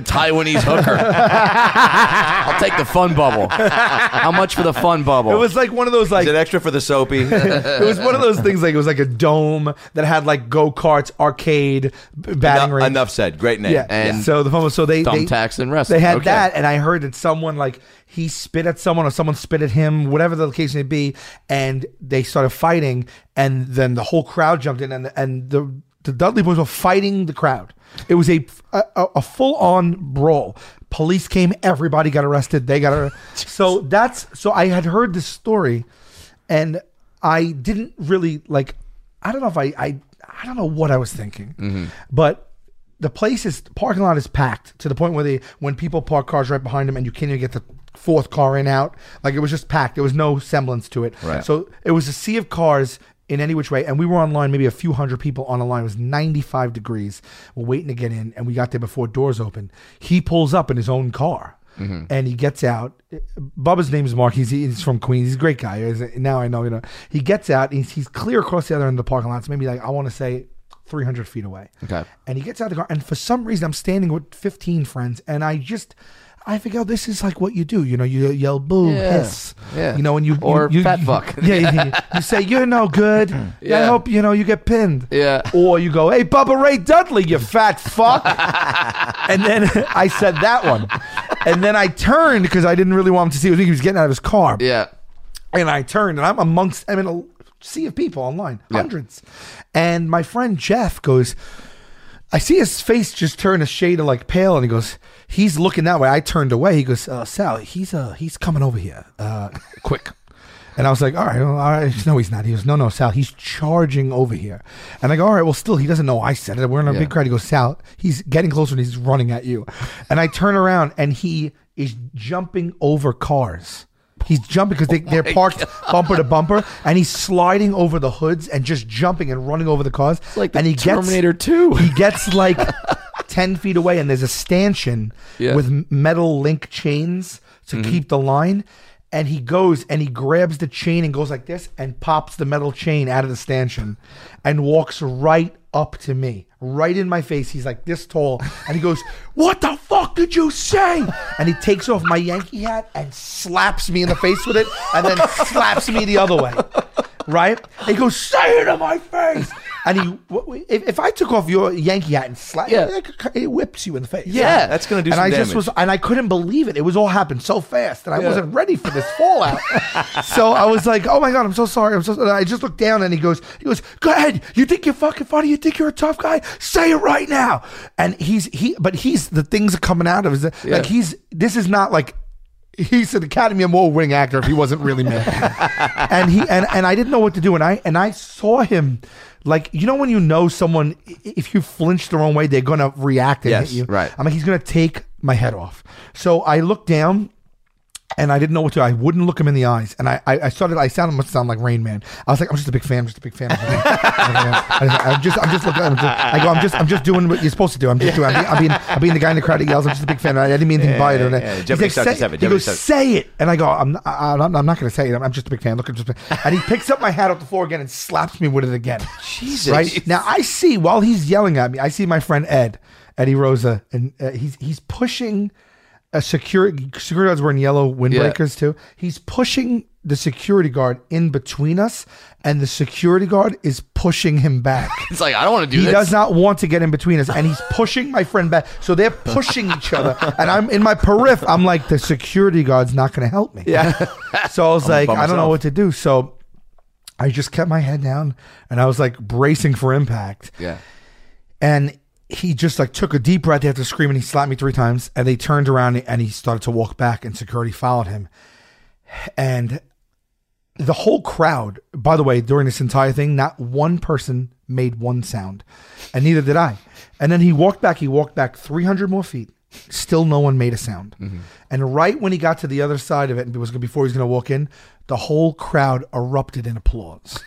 Taiwanese hooker. I'll take the fun bubble. How much for the fun bubble?
it was like one of those like
Is it extra for the soapy?
it was one of those things like it was like a dome that had like go karts, arcade, b-
enough,
batting ring.
enough said. Great name.
Yeah.
And
so the fun was so they they-
thumbtacks and wrestling.
They had
Okay.
that, and I heard that someone like he spit at someone or someone spit at him, whatever the case may be, and they started fighting, and then the whole crowd jumped in, and and the the Dudley boys were fighting the crowd. It was a a, full on brawl. Police came, everybody got arrested. They got arrested. so that's so I had heard this story, and I didn't really like. I don't know if I I I don't know what I was thinking,
Mm-hmm.
but the place is the parking lot is packed to the point where they when people park cars right behind them and you can't even get the fourth car in out like it was just packed there was no semblance to it
Right.
so it was a sea of cars in any which way and we were on line maybe a few hundred people on a line it was 95 degrees we're waiting to get in and we got there before doors open he pulls up in his own car And he gets out. Bubba's name is Mark. He's, he's from Queens. He's a great guy. He's- Now I know, you know. He gets out. He's, he's clear across the other end of the parking lot. So maybe like I want to say 300 feet away.
Okay.
And he gets out of the car, and for some reason, I'm standing with 15 friends, and I just, I figure oh, this is like what you do. You know, you yell boo,
Yeah.
hiss.
Yeah.
You know, and you.
Or
you, you-
fat fuck.
Yeah, yeah, yeah. You say, you're no good. I
Yeah.
hope, you know, you get pinned.
Yeah.
Or you go, hey, Bubba Ray Dudley, you fat fuck. and then I said that one. And then I turned because I didn't really want him to see. I think he was getting out of his car
Yeah.
and I turned and I'm amongst I'm in a sea of people online, hundreds. And my friend Jeff goes, I see his face just turn a shade of like pale, and he goes, he's looking that way. I turned away. He goes, uh, Sal, he's uh he's coming over here, uh, quick. And I was like, all right, well, all right. No, he's not. He goes, no, no, Sal, he's charging over here. And I go, all right, well, still, he doesn't know I said it. We're in a
Yeah.
big crowd. He goes, Sal, he's getting closer and he's running at you. And I turn around and he is jumping over cars. He's jumping because
Oh
they, they're parked bumper to bumper, and he's sliding over the hoods and just jumping and running over the cars.
like the
and he
Terminator 2.
He gets like ten feet away, and there's a stanchion
Yeah.
with m- metal link chains to keep the line. And he goes and he grabs the chain and goes like this and pops the metal chain out of the stanchion and walks right up to me, right in my face. He's like this tall. And he goes, What the fuck did you say? And he takes off my Yankee hat and slaps me in the face with it and then slaps me the other way. Right? And he goes, Say it in my face. And he, wh- wh- if, if I took off your Yankee hat and slapped,
Yeah.
it whips you in the face
Yeah,
that's gonna do
and
some
I just
damage.
was, and I couldn't believe it. It was all happened so fast, and I wasn't ready for this fallout. so I was like, "Oh my god, I'm so sorry." I'm so. Sorry. And I just looked down, and he goes, "He goes, go ahead. You think you're fucking funny? You think you're a tough guy? Say it right now." And he's he, but he's the things are coming out of his like he's. This is not like. He's an Academy Award winning actor if he wasn't really mad. and he and, and I didn't know what to do and I and I saw him like you know when you know someone i- if you flinch the wrong way they're gonna react and
Yes,
hit you.
right.
I'm like, he's gonna take my head off. So I looked down and I didn't know what to do. I wouldn't look him in the eyes. And I I, I started I sounded must sound like Rain Man. I was like, I'm just a big fan, I'm just a big fan. I'm just a big fan. I'm just I'm just looking I'm just, I go, I'm just I'm just doing what you're supposed to do. I'm just doing I'm being, I'm being I'm being the guy in the crowd that yells, I'm just a big fan. I didn't mean anything by it. or
yeah,
that.
yeah.
He's
Jeopardy
like,
starts at
"Say-"
seven.
He
Jeopardy
goes,
starts-
say it. And I go, I'm not, I, I'm, I'm not going to say it. I'm, I'm just a big fan. Look, I'm just a big fan. And he picks up my hat off the floor again and slaps me with it again. Jesus. Right? Now, I see, while he's yelling at me, I see my friend Ed, Eddie Rosa, and uh, he's he's pushing a security, security guards wearing yellow windbreakers too. He's pushing the security guard in between us, and the security guard is pushing him back.
It's like I don't want to do
He
this.
does not want to get in between us, and he's pushing my friend back. So they're pushing each other, and I'm in my periph. I'm like, the security guard's not going to help me. Yeah. So I was like,
by
I don't know
myself.
what to do. So I just kept my head down, and I was like bracing for impact.
yeah.
And he just like took a deep breath after screaming. He slapped me three times, and they turned around and he started to walk back, and security followed him. And the whole crowd, by the way, during this entire thing, not one person made one sound, and neither did I. And then he walked back. He walked back 300 more feet. Still, no one made a sound. And right when he got to the other side of it, and it was before he was going to walk in, the whole crowd erupted in applause.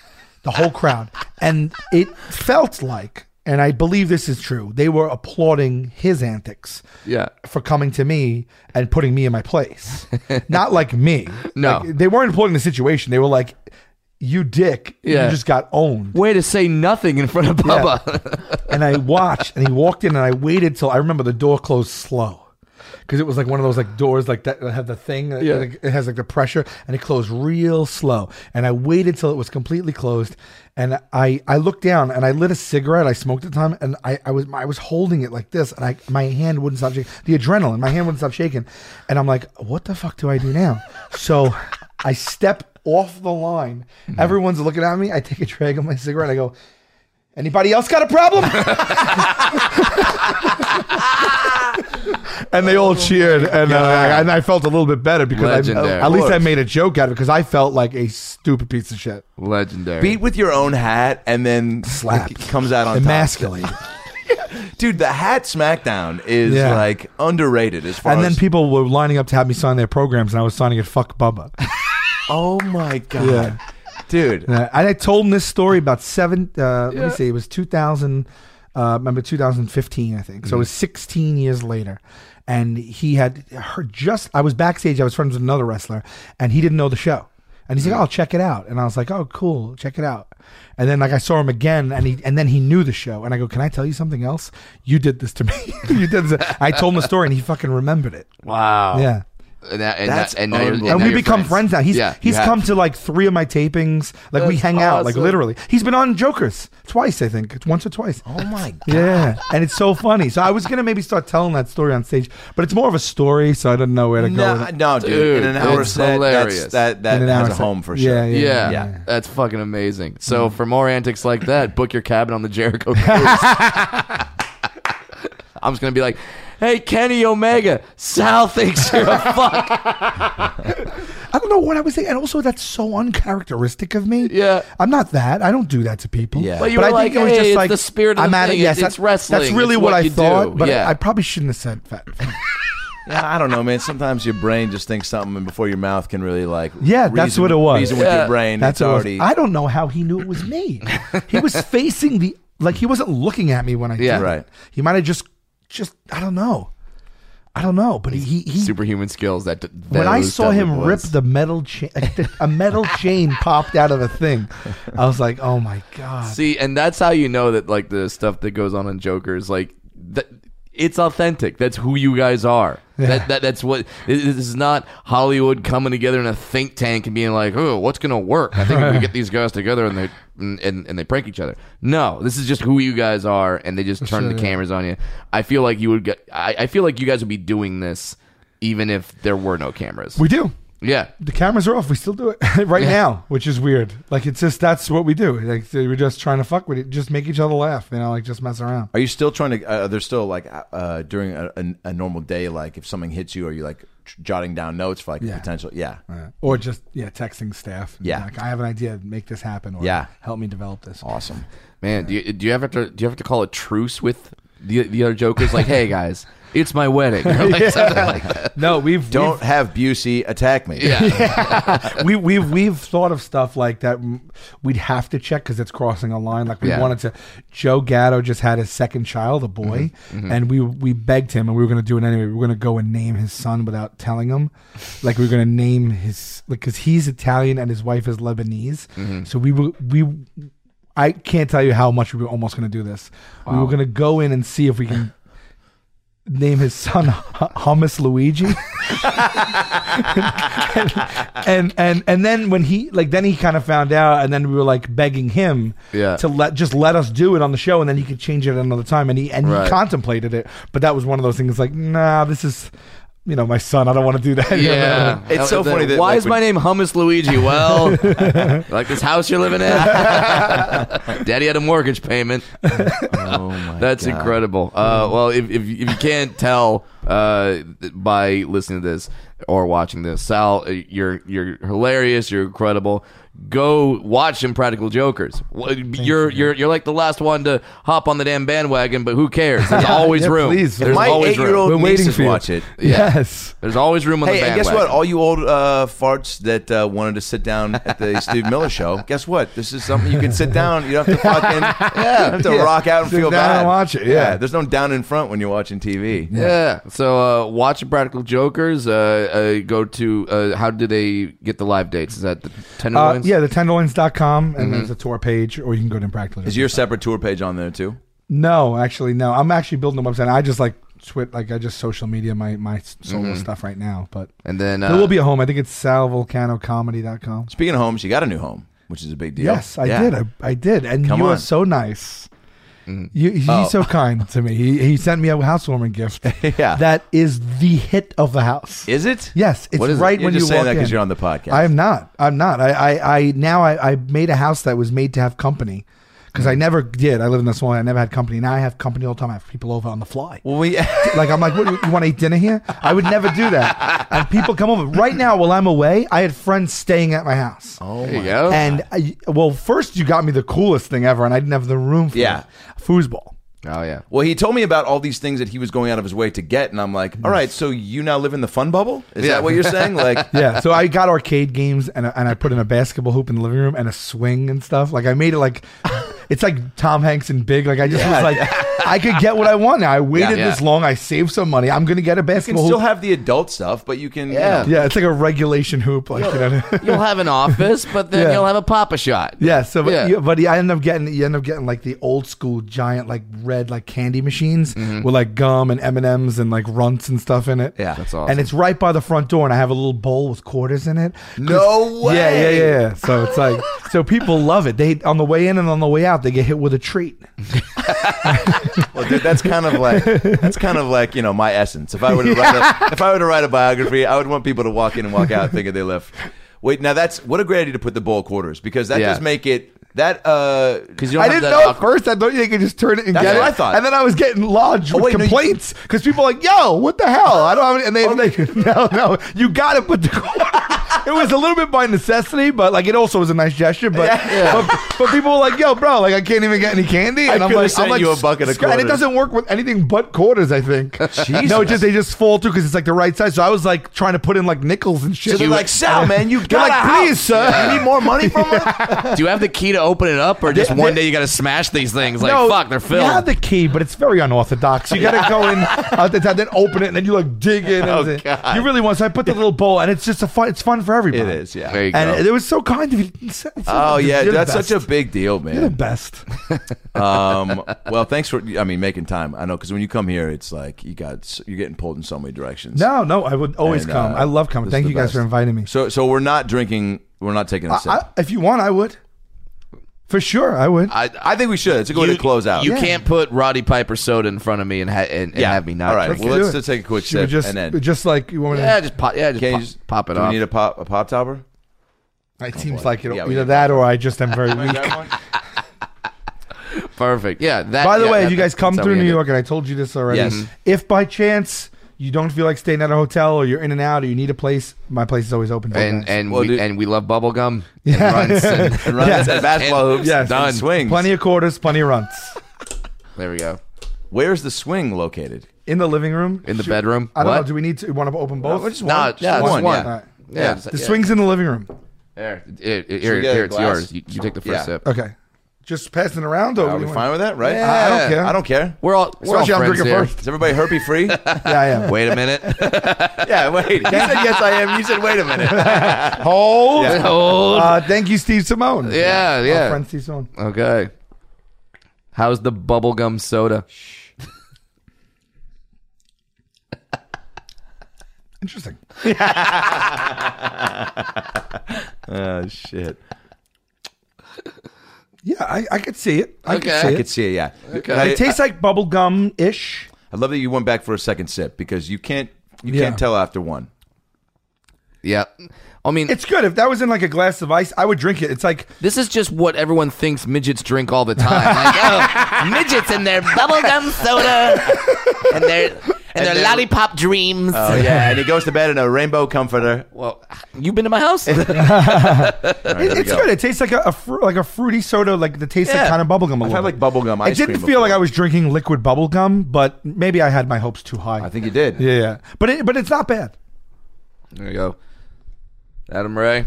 The whole crowd, and it felt like, and I believe this is true, they were applauding his antics
Yeah.
for coming to me and putting me in my place. Not like me.
No.
Like, they weren't applauding the situation. They were like, you dick,
Yeah.
you just got owned.
Way to say nothing in front of Bubba.
and I watched and he walked in and I waited till I remember the door closed slow. Because it was like one of those like doors like that that have the thing that
Yeah.
like, it has like the pressure and it closed real slow and I waited till it was completely closed and I I looked down and I lit a cigarette I smoked at the time and I I was I was holding it like this and I my hand wouldn't stop shaking the adrenaline my hand wouldn't stop shaking and I'm like what the fuck do I do now so I step off the line everyone's looking at me I take a drag of my cigarette I go Anybody else got a problem? and they all cheered, and uh, and I felt a little bit better because I,
Legendary.
at least I made a joke out of it because I felt like a stupid piece of shit.
Legendary.
Beat with your own hat and then
Slapped.
comes out on top.
Emasculated.
Dude, the hat smackdown is
Yeah.
like underrated as far
and then
as
people were lining up to have me sign their programs, and I was signing it. Fuck Bubba.
Oh my god.
Yeah.
Dude.
And I, and I told him this story about seven. Uh, Let me see. It was 2000. Uh, remember 2015, I think. So it was 16 years later, and he had heard just. I was backstage. I was friends with another wrestler, and he didn't know the show. And he's like, "Oh, check it out." And I was like, "Oh, cool, check it out." And then like I saw him again, and he and then he knew the show. And I go, "Can I tell you something else? You did this to me. you did this." I told him the story, and he fucking remembered it.
Wow.
Yeah.
And, that, and,
That's
that, and, now you're-
unbelievable.
now
And we
you're
become friends. now. He's
Yeah,
he's
you have
come
to.
to like three of my tapings. Like we hang out, like
awesome.
literally. He's been on Jokers twice, I think. It's once or twice.
Oh my god.
Yeah, and it's so funny. So I was gonna maybe start telling that story on stage, but it's more of a story, so I don't know where to go.
No,
With it.
no, dude.
Dude,
in an hour
it's
set,
hilarious.
that's, that that
In an
has
hour
a
set.
home for sure.
Yeah, yeah.
Yeah,
Yeah.
that's fucking amazing. So for more antics like that, book your cabin on the Jericho Cruise. I'm just gonna be like, "Hey, Kenny Omega, Sal thinks you're a fuck."
I don't know what I was thinking, and also that's so uncharacteristic of me.
Yeah.
I'm not that. I don't do that to people.
Yeah.
But you were
I
like, "Hey, it's the spirit of the
at
thing.
Yes,
It's- it's
that-
wrestling.
That's really
It's
what,
what
I
you
thought,
do.
but
Yeah.
I, I probably shouldn't have said fat.
Yeah, I don't know, man. Sometimes your brain just thinks something and before your mouth can really like.
Yeah, that's
reason-
what it was.
Reason with
Yeah.
your brain.
That's
That's
what it was.
already.
I don't know how he knew it was me. he was facing the like he wasn't looking at me when I
Yeah.
did it.
Right.
He might have just just I don't know. I don't know, but he he, he
Superhuman skills. That, that
when I
those
saw him
W
rip
was.
the metal chain, a metal chain popped out of a thing. I was like, "Oh my god!"
See, and that's how you know that like the stuff that goes on in Joker is like that. It's authentic. That's who you guys are. That, that that's what. This is not Hollywood coming together in a think tank and being like, "Oh, what's gonna work?" I think if we get these guys together and they and, and, and they prank each other. No, this is just who you guys are, and they just turn the cameras on you. I feel like you would get. I, I feel like you guys would be doing this even if there were no cameras.
We do.
yeah,
The cameras are off. We still do it right now, which is weird. Like it's just that's what we do. Like we're just trying to fuck with it, just make each other laugh, you know, like just mess around.
Are you still trying to? Uh, there's still like uh, uh, during a, a, a normal day, like if something hits you, are you like tr- jotting down notes for like
Yeah.
potential? Yeah.
Uh, or just yeah, texting staff.
Yeah.
like I have an idea, make this happen, or
Yeah.
help me develop this.
Awesome.
Man, do you, do you ever have to do you ever have to call a truce with the the other jokers? Like, hey guys, it's my wedding. Or like something like that.
No, we've
Don't have Busey attack me.
Yeah.
we, we've we've thought of stuff like that. m- We'd have to check because it's crossing a line. Like we
Yeah.
wanted to. Joe Gatto just had his second child, a boy,
Mm-hmm.
and we we begged him, and we were going to do it anyway. We were going to go and name his son without telling him. Like we were going to name his like because he's Italian and his wife is Lebanese.
Mm-hmm.
So we were we. I can't tell you how much we were almost going to do this. We were going to go in and see if we can name his son H- Hummus Luigi. and and and then when he like then he kind of found out and then we were like begging him
Yeah.
to let just let us do it on the show and then he could change it at another time and he and
Right.
he contemplated it but that was one of those things like nah this is you know my son I don't want to do that
Yeah,
It's so
The-
funny that,
why
like,
is my
when-
name Hummus Luigi? Well, like this house you're living in. Daddy had a mortgage payment.
Oh my
That's
God.
incredible. Uh, well, if, if, if you can't tell uh, by listening to this or watching this, Sal, uh, you're you're hilarious. You're incredible. Go watch Impractical Jokers. Wha- You're you're you're like the last one to hop on the damn bandwagon, but who cares? There's always
yeah,
room.
please.
There's
My
always room.
eight-year-old
We're waiting
nieces
for you.
watch it.
yes
There's always room on
Hey,
the
and
bandwagon.
guess what? All you old uh, farts that uh, wanted to sit down at the Steve Miller show, guess what? This is something you can sit down. You don't have to fucking yeah, have to
Yeah.
rock out and
Sit
feel
down
bad.
and watch it, yeah.
there's no down in front when you're watching TV.
yeah. So uh, watch Impractical Jokers. Uh, uh, go to uh, how do they get the live dates? Is that the
uh,
Tenderloins?
yeah the tenderloins.com and there's a tour page or you can go to impractical
Mm-hmm. Is your separate tour page on there too?
No, actually, no. I'm actually building a website. I just like twit, like I just social media my my s- solo
Mm-hmm.
stuff right now. But
And then uh,
there will be a home. I think it's salvolcanocomedy.com.
Speaking of homes, you got a new home, which is a big deal.
Yes, I
Yeah.
did. I, I did. And
Come
you are
on.
so nice. You, he's
Oh.
so kind to me. He, he sent me a housewarming gift.
Yeah.
that is the hit of the house.
Is it?
yes, it's
What is it?
right
You're
when
just
you
saying
walk
that
in.
because you're on the podcast.
I am not. I'm not. I, I, I now I, I made a house that was made to have company because
Mm-hmm.
I never did. I lived in a small. I never had company. Now I have company all the time. I have people over on the fly.
Well, we
Like I'm like, what, you want to eat dinner here? I would never do that. And people come over right now while I'm away. I had friends staying at my house.
oh
uh, there you
my
go.
And I, well, first you got me the coolest thing ever, and I didn't have the room for
Yeah.
it. foosball.
oh yeah.
Well, he told me about all these things that he was going out of his way to get, and I'm like, all right, so you now live in the fun bubble? Is
Yeah.
that what you're saying? Like,
Yeah, so I got arcade games and and I put in a basketball hoop in the living room and a swing and stuff. Like I made it like It's like Tom Hanks and Big. Like I just was like, I could get what I want now. I waited
Yeah.
this long. I saved some money. I'm gonna get a
You can
basketball.
still
hoop.
have the adult stuff, but you can.
Yeah.
Yeah.
yeah, it's like a regulation hoop. Like you know.
You'll have an office, but then
Yeah.
you'll have a Papa shot.
Yeah, so but,
Yeah.
You, but I end up getting you end up getting like the old school giant like red like candy machines with like gum and M and M's and like runts and stuff in it.
Mm-hmm. Yeah. That's
awesome.
And it's right by the front door, and I have a little bowl with quarters in it. 'Cause-
No way.
Yeah, yeah, yeah, yeah. So it's like so people love it. They on the way in and on the way out, they get hit with a treat.
Well, dude, that's kind of like that's kind of like you know my essence. If I were to write a, if I were to write a biography, I would want people to walk in and walk out thinking they left. Wait, now that's what a great idea to put the bowl quarters because that
Yeah.
just make it that uh.
Because you don't
I
have
didn't
that
know at
awkward-
first. I thought you could just turn it and
That's
get
what
it.
I thought. Oh,
And then I was getting lodged with
wait, no, you- Oh,
complaints because people are like, "Yo, what the hell?" I don't have any. And they, they- no, no, you got to put the. it was a little bit by necessity, but like it also was a nice gesture. But but, but people were like, "Yo, bro, like I can't even get any candy," and
coulda
like,
sent you a bucket of
"Scr- And it
quarters."
doesn't work with anything but quarters. I think. No, it just they just fall through because it's like the right size. So I was like trying to put in like nickels and shit.
So they're like, Sal, man, you
They're
got
like,
a
please,
house.
sir.
You need more money from us?
Do you have the key to open it up, or just
They-
one
they-
day you got to smash these things? Like, fuck, they're
You have
filled.
the key, but it's very unorthodox. You gotta go in at the time, then open it, and then you like dig in. and
Oh,
then-
God.
You really want. So I put the little bowl, and it's just a fun. It's fun for everybody.
It is, yeah.
There you
And
go.
it, was so kind of you. It's- it's-
Oh
you're
yeah,
the
that's
best.
such a big deal, man.
You're the best.
um, well, thanks for I mean making time. I know because when you come here, it's like you got you're getting pulled in so many directions.
No, no, I would always
And, uh,
come. I love coming.
this
Thank
is
you
the
guys for
best.
inviting me.
So so we're not drinking. We're not taking a sip.
I, if you want, I would. For sure, I would.
I, I think we should. It's a good way to close out.
You
Yeah.
can't put Roddy Piper soda in front of me and, ha- and, and
Yeah.
have me not.
All right.
drink
Well,
it.
Do
let's
it.
just take a quick
Should we
sip
just,
and end.
Just like you want me to.
yeah, just pop. Yeah, just,
Can you
pop,
just
pop it
do
off.
We need a pop a pop topper.
it seems like it,
Oh, Yeah, we
either
need-
that or I just am very weak.
Perfect. Yeah. That,
By the
yeah,
way,
that-
if you guys
that's
come
how
through
we
New
end it.
York, and I told you this already.
Yes.
If by chance you don't feel like staying at a hotel, or you're in and out, or you need a place, my place is always open. for you
and
guys.
and
Well,
we
dude-
and we love bubblegum
Yeah.
and runs and,
And run
Yes.
at basketball hoops.
Yes.
and
Done.
Swings.
plenty of quarters, plenty of runs
there we go
Where's the swing located?
in the living room,
in the
Should-
bedroom.
I don't
what?
know. Do we need to want to open both?
No, just
No,
one.
yeah,
Just
just
one.
one.
All
Yeah.
right.
yeah,
Yeah.
just-
The
yeah.
swings in the living room.
There, here, here,
we get
here
a
it's
glass?
yours. You, you take the first
Yeah.
sip.
Okay, just passing around. Or
Are
what do
we
you
fine
want?
with that? Right?
I don't care.
I don't care.
We're all we're all
Especially I'm
friends
drinking
here.
first.
Is everybody herpy free?
Yeah, yeah.
Wait a minute.
yeah. Wait. You said yes, I am. You said wait a minute.
Hold.
Hold.
Uh, thank you, Steve Simone.
Oh, yeah,
Our
yeah.
friend Steve Simone.
Okay. How's the bubblegum soda?
Interesting.
oh shit.
Yeah, I, I could see it. I
Okay.
could see
I
it.
could see it. Yeah.
Okay.
I,
it tastes like bubble gum ish.
I love that you went back for a second sip because you can't you
Yeah.
can't tell after one.
Yeah. I mean,
It's good. If that was in like a glass of ice, I would drink it. It's like
this is just what everyone thinks midgets drink all the time. Like, oh, midgets and their bubblegum soda and their
And
and,
their
their
lollipop dreams.
Oh yeah, and he goes to bed in a rainbow comforter.
Well, you've been to my house? I've
All right, there we
it's
go.
good. It tastes like a, a fru- like a fruity soda, like the taste
Yeah.
like kind of bubblegum.
I've had like bubblegum
I
ice
didn't
cream
feel like I
before.
was drinking liquid bubblegum, but maybe I had my hopes too high.
I think you did.
yeah, yeah. But it, but it's not bad.
There you go. Adam Ray.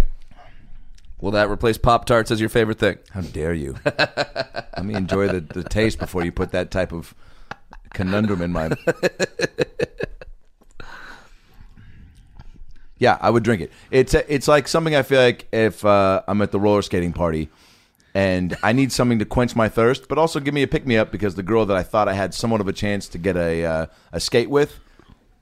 Will that replace Pop Tarts as your favorite thing?
How dare you? Let me enjoy the, the taste before you put that type of conundrum in my. Yeah, I would drink it. It's it's like something I feel like if uh, I'm at the roller skating party and I need something to quench my thirst, but also give me a pick me up because the girl that I thought I had somewhat of a chance to get a uh, a skate with,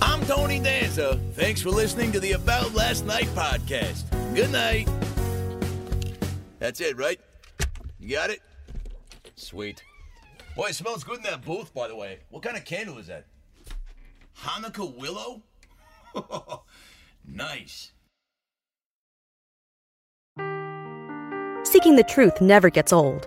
I'm Tony Danza. Thanks for listening to the About Last Night podcast. Good night. That's it, right? You got it? Sweet. Boy, it smells good in that booth, by the way. What kind of candle is that? Hanukkah willow? nice.
Seeking the truth never gets old.